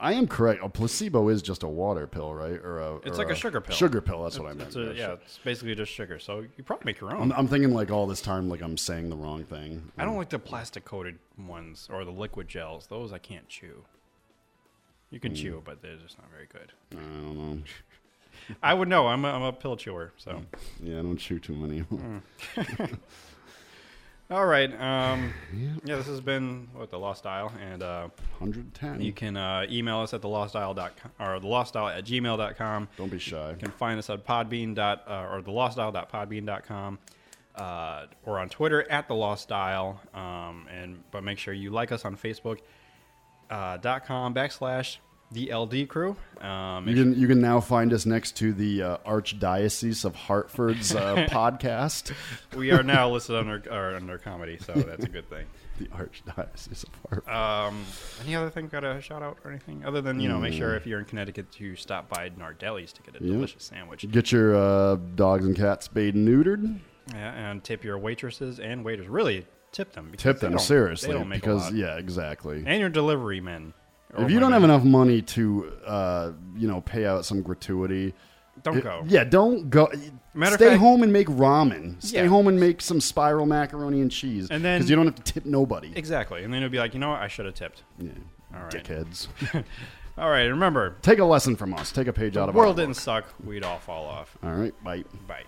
Speaker 2: I am correct. A placebo is just a water pill, right? Or a
Speaker 3: It's
Speaker 2: or
Speaker 3: like a sugar pill.
Speaker 2: Sugar pill. That's what I meant.
Speaker 3: It's a, yeah, it's basically just sugar. So you probably make your
Speaker 2: I'm,
Speaker 3: own.
Speaker 2: I'm thinking like all this time, like I'm saying the wrong thing.
Speaker 3: I don't like the plastic coated ones or the liquid gels. Those I can't chew. You can chew, but they're just not very good.
Speaker 2: I don't know.
Speaker 3: I would know. I'm a, I'm a pill chewer. So,
Speaker 2: Yeah, I don't chew too many.
Speaker 3: Hmm. all right. Um, yeah, this has been what the Lost Dial, and uh,
Speaker 2: 110.
Speaker 3: you can uh, email us at the Lost Dial dot com or the Lost Dial at gmail.com.
Speaker 2: Don't be shy.
Speaker 3: You can find us at Podbean dot uh, or the Lost Dial dot Podbean dot com. Uh, or on Twitter at the Lost Dial, um, and but make sure you like us on Facebook uh, dot com backslash the LD Crew. Um,
Speaker 2: You can you can now find us next to the uh, Archdiocese of Hartford's uh, podcast.
Speaker 3: we are now listed under or under comedy, so that's a good thing.
Speaker 2: The Archdiocese of Hartford.
Speaker 3: Um, any other thing got a shout out or anything other than you know make sure if you're in Connecticut to stop by Nardelli's to get a
Speaker 2: Yeah.
Speaker 3: delicious sandwich.
Speaker 2: Get your uh, dogs and cats spayed and neutered.
Speaker 3: Yeah, and tip your waitresses and waiters. Really tip them. because
Speaker 2: Tip
Speaker 3: they
Speaker 2: them
Speaker 3: don't-
Speaker 2: seriously
Speaker 3: They don't make a
Speaker 2: because
Speaker 3: lot.
Speaker 2: yeah, exactly.
Speaker 3: And your delivery men. Oh or
Speaker 2: if you don't have
Speaker 3: women,
Speaker 2: enough money to uh, you know pay out some gratuity,
Speaker 3: don't
Speaker 2: it-
Speaker 3: go.
Speaker 2: Yeah, don't go.
Speaker 3: Matter of
Speaker 2: Stay
Speaker 3: fact-
Speaker 2: home and make ramen. Stay
Speaker 3: Yeah.
Speaker 2: home and make some spiral macaroni and cheese.
Speaker 3: And then-
Speaker 2: because you don't have to tip nobody.
Speaker 3: exactly. And then you'll be like, you know what, I should have tipped.
Speaker 2: yeah.
Speaker 3: All right.
Speaker 2: Dickheads.
Speaker 3: All right. Remember,
Speaker 2: Take a lesson from us. Take a page out
Speaker 3: the
Speaker 2: of
Speaker 3: world
Speaker 2: our
Speaker 3: didn't suck. We'd all fall off.
Speaker 2: All right, bye.
Speaker 3: Bye.